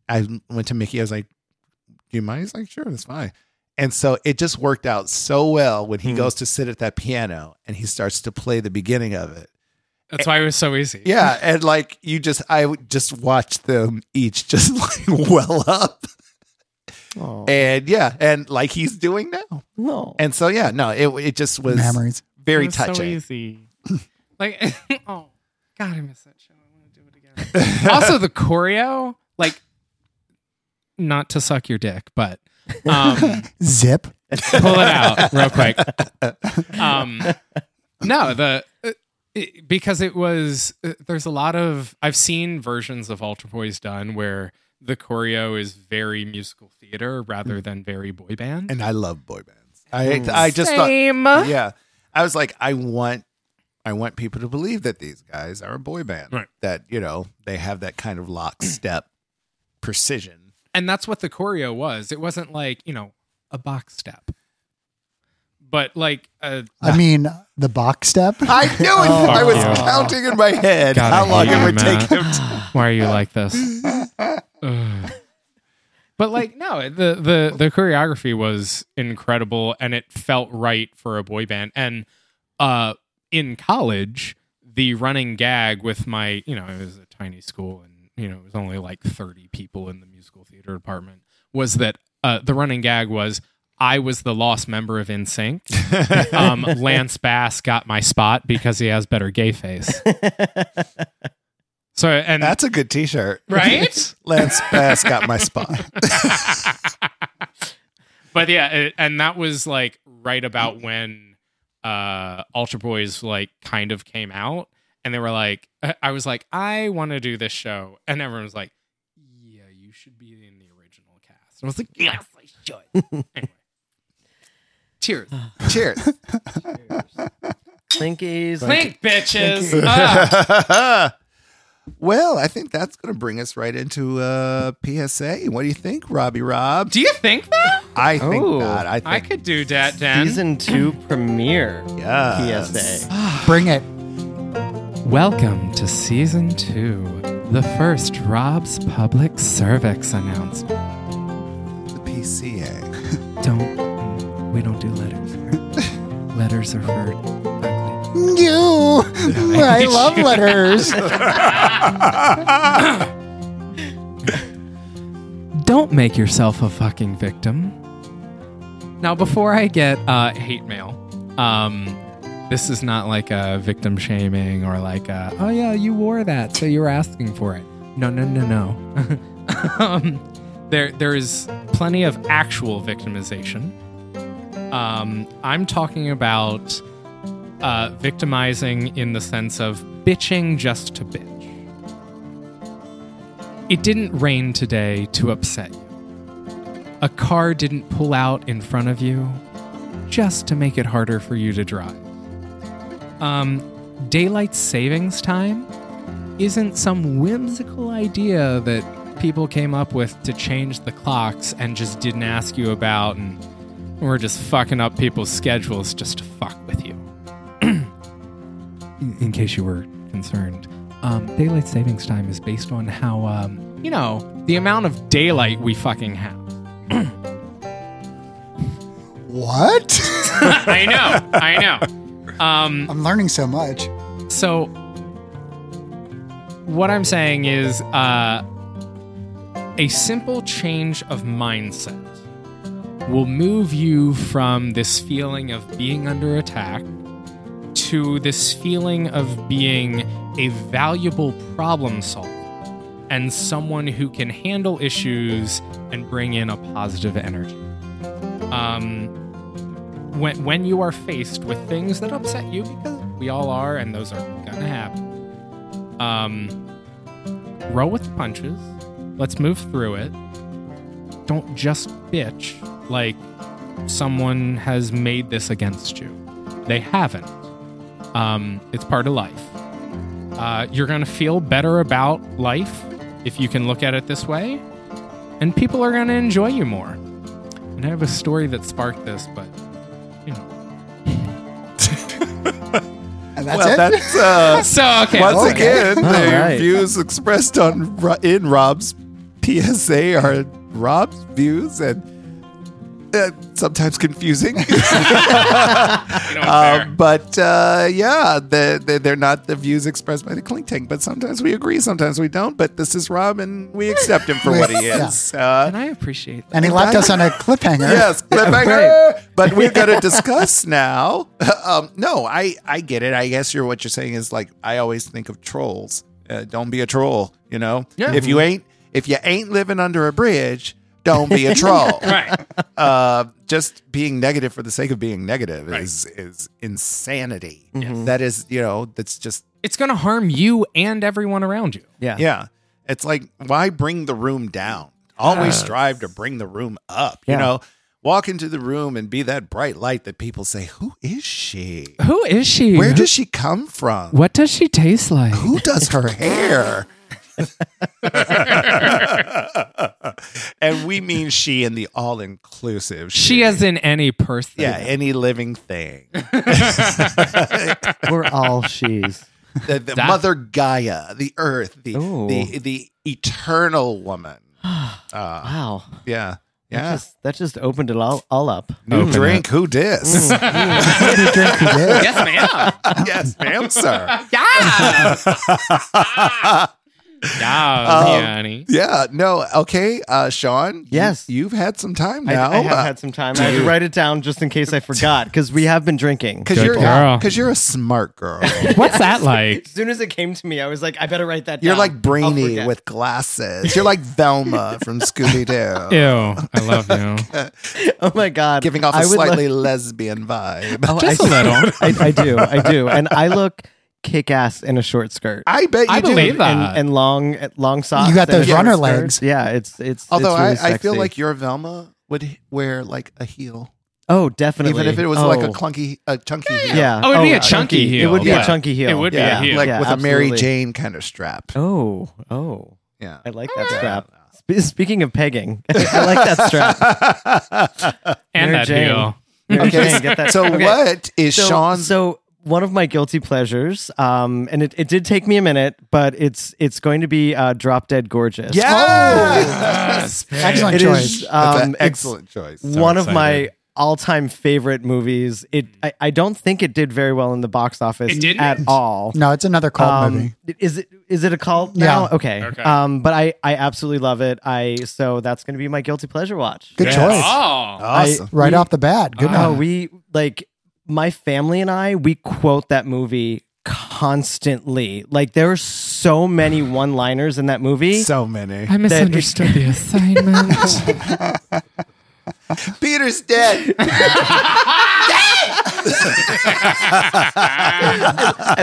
I went to Mickey. I was like, do you mind? He's like, sure, that's fine. And so it just worked out so well when he
Hmm.
goes to sit at that piano and he starts to play the beginning of it.
That's why it was so easy.
Yeah, and like you just, I would just watch them each just like well up,
Oh,
and yeah, and like he's doing now.
no.
And so yeah, no, it it just was
memories.
very
It was So
touching.
easy. like, oh God, I miss that show. I want to do it again. also, the choreo, like, not to suck your dick, but um,
Zip.
pull it out real quick. Um, no, the uh, it, because it was uh, there's a lot of I've seen versions of Alter Boys done where the choreo is very musical theater rather than very boy band.
Mm. and I love boy bands. I I just thought, yeah, I was like, I want, I want people to believe that these guys are a boy band,
Right.
that you know they have that kind of lockstep precision.
and that's what the choreo was. It wasn't like you know a box step, but like uh,
I mean, the box step.
I knew it. I was
you.
counting in my head
God,
how
I
long
Oh, hate
it
you,
would
Matt.
take him. To,
why are you like this? Ugh. but like no, the the the choreography was incredible, and it felt right for a boy band. And uh, in college, the running gag with my you know it was a tiny school, and you know it was only like thirty people in the musical theater department. Was that uh, the running gag was. I was the lost member of NSYNC. um, Lance Bass got my spot because he has better gay face. So and
that's a good T-shirt,
right,
Lance Bass got my spot.
but yeah, it, and that was like right about when uh Ultra Boys like kind of came out, and they were like, I- I was like, I want to do this show, and everyone was like, Yeah, you should be in the original cast. And I was like, Yes, I should. anyway. Cheers,
Uh-huh.
Cheers.
Clinkies.
Clink, bitches.
Thank you.
Ah.
well, I think that's going to bring us right into uh, PSA. What do you think, Robbie Rob?
Do you think that
I think
Oh.
not. I
I
think
could do that, Dan?
Season two premiere.
yes.
PSA.
Bring it.
Welcome to season two, the first Rob's public cervix announcement.
The PCA.
Don't we don't do letters? here. letters are for ugly.
You. I love letters.
Don't make yourself a fucking victim.
Now, before I get uh, hate mail, um, this is not like a victim shaming or like, a, oh yeah, you wore that, so you were asking for it. No, no, no, no. um, there, there is plenty of actual victimization. Um, I'm talking about uh, victimizing in the sense of bitching just to bitch. It didn't rain today to upset you. A car didn't pull out in front of you just to make it harder for you to drive. Um, daylight savings time isn't some whimsical idea that people came up with to change the clocks and just didn't ask you about, and we're just fucking up people's schedules just to fuck with you.
in, in case you were concerned.
Um, daylight savings time is based on how, um, you know, the amount of daylight we fucking have.
what?
I know, I know. Um,
I'm learning so much.
So, what I'm saying is uh, a simple change of mindset will move you from this feeling of being under attack to this feeling of being a valuable problem solver and someone who can handle issues and bring in a positive energy. Um, when when you are faced with things that upset you because we all are and those are gonna happen Um, roll with the punches. Let's move through it. Don't just bitch like someone has made this against you. They haven't. Um, it's part of life. Uh, you're going to feel better about life if you can look at it this way, and people are going to enjoy you more. And I have a story that sparked this, but you know.
And that's
well,
it.
that's uh,
So okay,
once
okay.
again the
All right.
views expressed on Ro- in Rob's PSA are Rob's views and uh, sometimes confusing.
You know, fair.
Uh, but uh, yeah, the, the, they're not the views expressed by the Clink Tank. But sometimes we agree, sometimes we don't. But this is Rob, and we accept him for what he
Yeah.
is. Uh,
and I appreciate that.
and he left us on a cliffhanger.
yes, cliffhanger. But we're going to discuss now. um, no, I, I get it. I guess you're what you're saying is like I always think of trolls. Uh, don't be a troll. You know,
Yeah.
if you ain't if you ain't living under a bridge, don't be a troll.
Right.
uh, just being negative for the sake of being negative is is insanity. That is, you know, that's just
It's going to harm you and everyone around you.
Yeah.
yeah. It's like why bring the room down? Always strive to bring the room up. You
Yeah.
know, walk into the room and be that bright light that people say, "Who is she?
Who is she?
Where does she come from?
What does she taste like?
Who does her hair?" and we mean she in the all inclusive.
she as in any person?
yeah, any living thing.
We're all she's.
the, the
That-
mother Gaia, the earth, the
Ooh.
the the eternal woman. Uh,
Wow.
yeah.
That,
Yeah.
just, that just opened it all, all up. Mm.
New drink, who dis?
You drink, you did.
Yes, ma'am.
Mm.
yes, ma'am, sir.
yeah. yeah,
Um,
honey.
Yeah, no, okay, uh, Sean. you-
Yes.
You've had some time
I,
now. Uh,
I have had some time. I had to write it down just in case I forgot because we have been drinking.
because
Good
you're
girl.
because you're a smart girl.
What's that like?
As soon as it came to me, I was like, I better write that
You're
down.
like
I'll
brainy
forget.
with glasses. You're like Velma from Scooby
Ew,
Doo,
I love you.
oh my God.
giving off
I
a
would love-
slightly lesbian vibe.
Oh,
Just
I-
a little.
I, I do. I do. And I look kick ass in a short skirt.
I bet you
I
do.
believe that.
and, and long long socks.
You got
and a
those
short
runner
skirt.
legs.
Yeah, it's it's.
Although
it's really
I, I feel
sexy.
like your Velma would h- wear like a heel.
oh, definitely.
Even if it was like a
Oh,
clunky, a chunky heel.
yeah.
Oh, it'd be
yeah,
a chunky heel,
It would be
yeah.
a chunky heel.
It would be
Yeah,
a heel.
like
Yeah,
with a Mary
absolutely.
Jane kind of strap.
Oh, oh,
Yeah.
I like that strap. Sp- speaking of pegging, I like that strap.
and
Mary
that
Jane.
heel.
Mary
Okay,
Jane, get that.
So
Okay.
what is
So,
Sean's?
so one of my guilty pleasures, um, and it, it did take me a minute, but it's it's going to be uh, Drop Dead Gorgeous.
Yes.
Excellent
It
choice.
is,
That's
Oh, um,
an
it's-
excellent choice.
one of my
excited.
all-time favorite movies. It I, I don't think it did very well in the box office
It didn't?
at all.
no, it's another cult
Um,
movie.
Is it is it a cult
Yeah.
now? Okay.
Okay.
Um, but I I absolutely love it. I so that's going to be my guilty pleasure watch.
Good
yes.
choice.
Oh.
Awesome.
right
we-
off the bat. Good
uh,
No,
one.
we like my family and I. We quote that movie constantly. Like there are so many one-liners in that movie.
so many.
I misunderstood the assignment.
Peter's dead.
I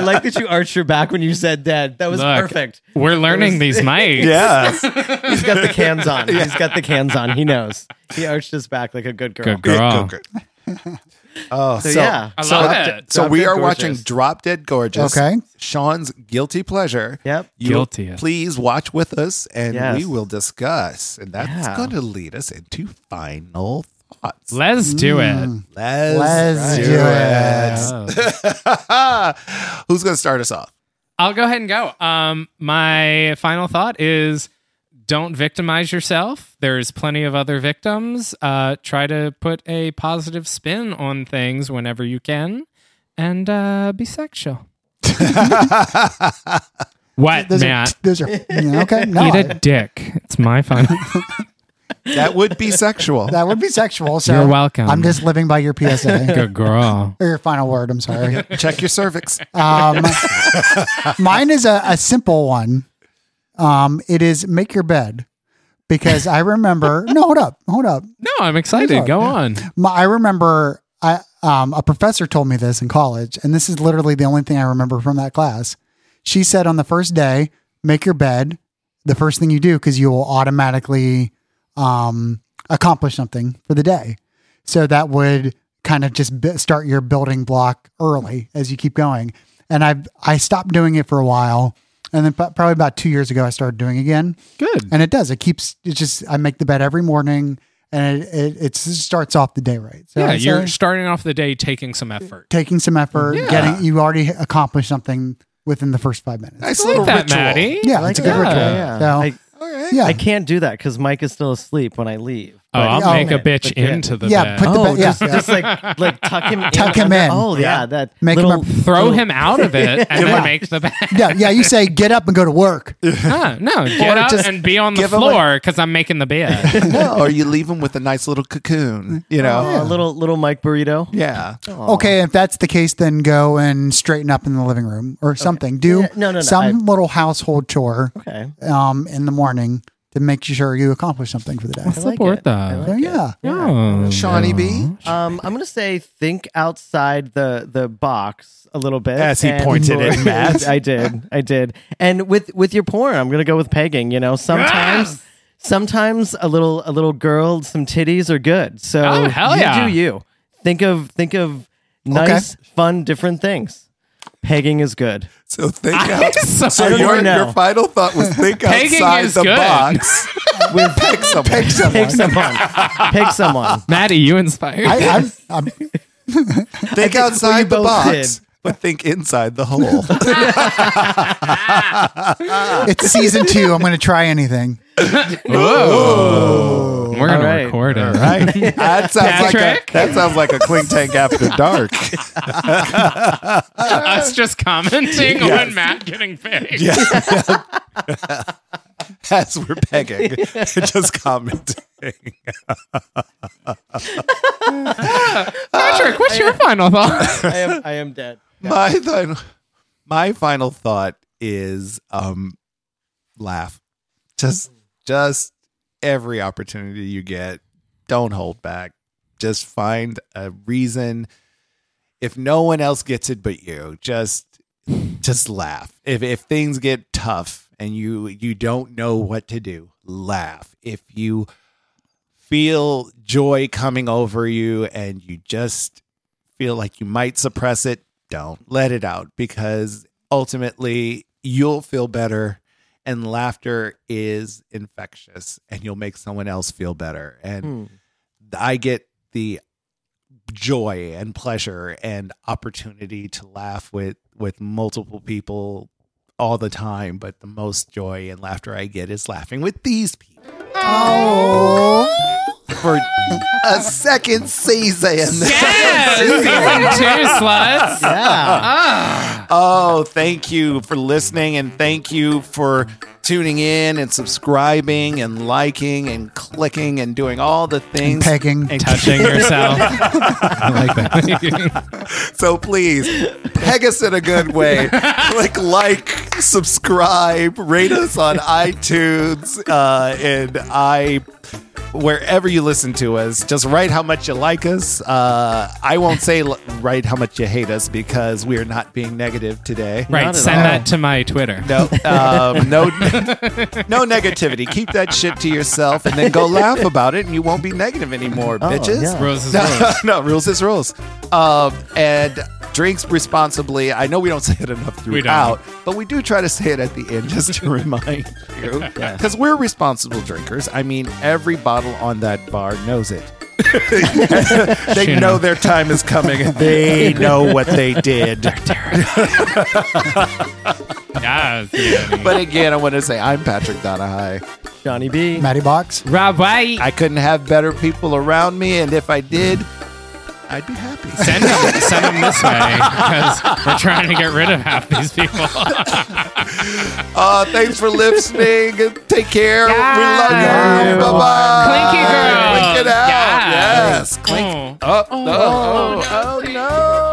like that you arched your back when you said "dead." That was
Look.
perfect.
We're learning these nights.
yes.
He's got the cans on. He's got the cans on. He knows. He arched his back like a good girl.
Good girl.
Oh,
So,
so,
yeah.
I love
Dropped
it.
So
Drop
we
Dead
are
Gorgeous.
watching Drop Dead Gorgeous.
Okay.
Sean's guilty pleasure.
Yep.
You
Guilty.
Please watch with us, and
Yes.
we will discuss. And that's
Yeah.
going to lead us into final thoughts.
Let's do it.
Mm, Let's,
Let's
do
do
it.
Oh.
Who's going to start us off?
I'll go ahead and go. Um, my final thought is don't victimize yourself. There's plenty of other victims. Uh, try to put a positive spin on things whenever you can and uh, be sexual. what,
Those are,
Matt?
those are yeah, okay. No,
Eat a dick. It's my final.
That would be sexual.
that would be sexual. So
You're welcome.
I'm just living by your PSA
Good girl.
or your final word. I'm sorry.
Check your cervix.
Um, mine is a, a simple one. Um, it is make your bed because I remember. no, hold up, hold up.
No, I'm excited. Go on.
My, I remember I um, a professor told me this in college, and this is literally the only thing I remember from that class. She said on the first day, make your bed the first thing you do because you will automatically um, accomplish something for the day. So that would kind of just b- start your building block early as you keep going. And I I stopped doing it for a while, and then p- probably about two years ago I started doing it again.
Good.
And it does. It keeps. It just I make the bed every morning, and it it, it's- it starts off the day right. So
yeah,
I'd
you're
say
starting off the day taking some effort.
taking some effort,
Yeah.
getting you already accomplished something within the first five minutes.
Nice
I
little
like that,
ritual.
Maddie.
Yeah,
Like
it's a good
that.
ritual.
Yeah, yeah.
So,
I,
All right.
yeah,
I can't do that because Mike is still asleep when I leave.
Oh,
But-
Oh,
I'll make a
man,
bitch
but yeah.
into the
yeah.
bed.
Put the
Oh,
bed. Yeah,
just, just like like tuck him in.
Tuck him in.
Oh yeah, that
Make him
little
a-
Throw him out of it and
Yeah.
then make the bed.
yeah, yeah. You say get up and go to work.
Huh, no, get up
just
and be on the
give him a-
floor because I'm making the bed.
no, or you leave them with a nice little cocoon, you know?
Aw, little little Mike burrito.
yeah.
Okay, if that's the case, then go and straighten up in the living room or something. Do
Yeah, no, no, no,
some
I-
little household chore
Okay,
um, in the morning to make sure you accomplish something for the day.
I
So,
like
Support
it.
that.
I like it.
yeah,
Oh,
Shawnee B.
Um, I'm gonna say think outside the the box a little bit.
As he
and-
pointed at Matt.
I did, I did. And with with your porn, I'm gonna go with pegging. You know, sometimes
Ah!
sometimes a little a little girl, some titties are good. So
Oh, hell
you
yeah.
do you. Think of think of
Okay.
nice, fun, different things. Pegging is good.
So think
I'm
out.
so-
So
I don't
your,
even know.
your final thought was think
Pegging
outside
is
the
good.
box.
With
Pick someone. Pick
peg someone, peg someone.
Maddie, you inspired.
I, I'm, I'm,
Think outside the
both
box,
did.
but think inside the hole.
it's season two. I'm going to try anything.
Whoa. We're gonna
All right.
record it.
right? That sounds like
Patrick?
a, that sounds like a clink tank after dark.
Us just commenting on Matt getting paid.
As we're pegging, just commenting.
Patrick, what's your final thought?
I am I am dead.
My final, my final thought is um, laugh. Just just every opportunity you get, don't hold back. Just find a reason. If no one else gets it but you, just just laugh. If if things get tough and you you don't know what to do, laugh. If you feel joy coming over you and you just feel like you might suppress it, don't let it out because ultimately you'll feel better and laughter is infectious and you'll make someone else feel better. And
Hmm.
I get the joy and pleasure and opportunity to laugh with with multiple people all the time, but the most joy and laughter I get is laughing with these people. Oh. For a second season.
yes! Season two, sluts.
Yeah.
Oh, thank you for listening and thank you for tuning in and subscribing and liking and clicking and doing all the things.
Pegging.
And
Touching yourself. I like that.
So please, peg us in a good way. Click like, subscribe, rate us on iTunes, uh, and I wherever you listen to us. Just write how much you like us. Uh, I won't say l- write how much you hate us because we are not being negative today.
Not at
right, send
all.
that to my Twitter.
No, um, no, no negativity. Keep that shit to yourself, and then go laugh about it, and you won't be negative anymore, bitches.
yeah.
Rose is
No,
rose.
no, rules is rules. Um, and drinks responsibly. I know we don't say it enough
We don't.
throughout, but we do try to say it at the end just to remind you. Because we're responsible drinkers. I mean, every bottle on that bar knows it. they
Shit.
know their time is coming and they know what they did.
Yes, yeah.
But again, I want to say I'm Patrick Donahue.
Johnny B.
Matty Box.
Rob White.
I couldn't have better people around me, and if I did, I'd be happy.
Send them, send them this way because we're trying to get rid of half these people.
Uh, thanks for listening. Take care.
Yeah.
We love you. Bye bye.
Clinky girls.
Clink it out.
Yeah.
Yes. Clink.
Oh.
Oh, oh, oh, oh, no.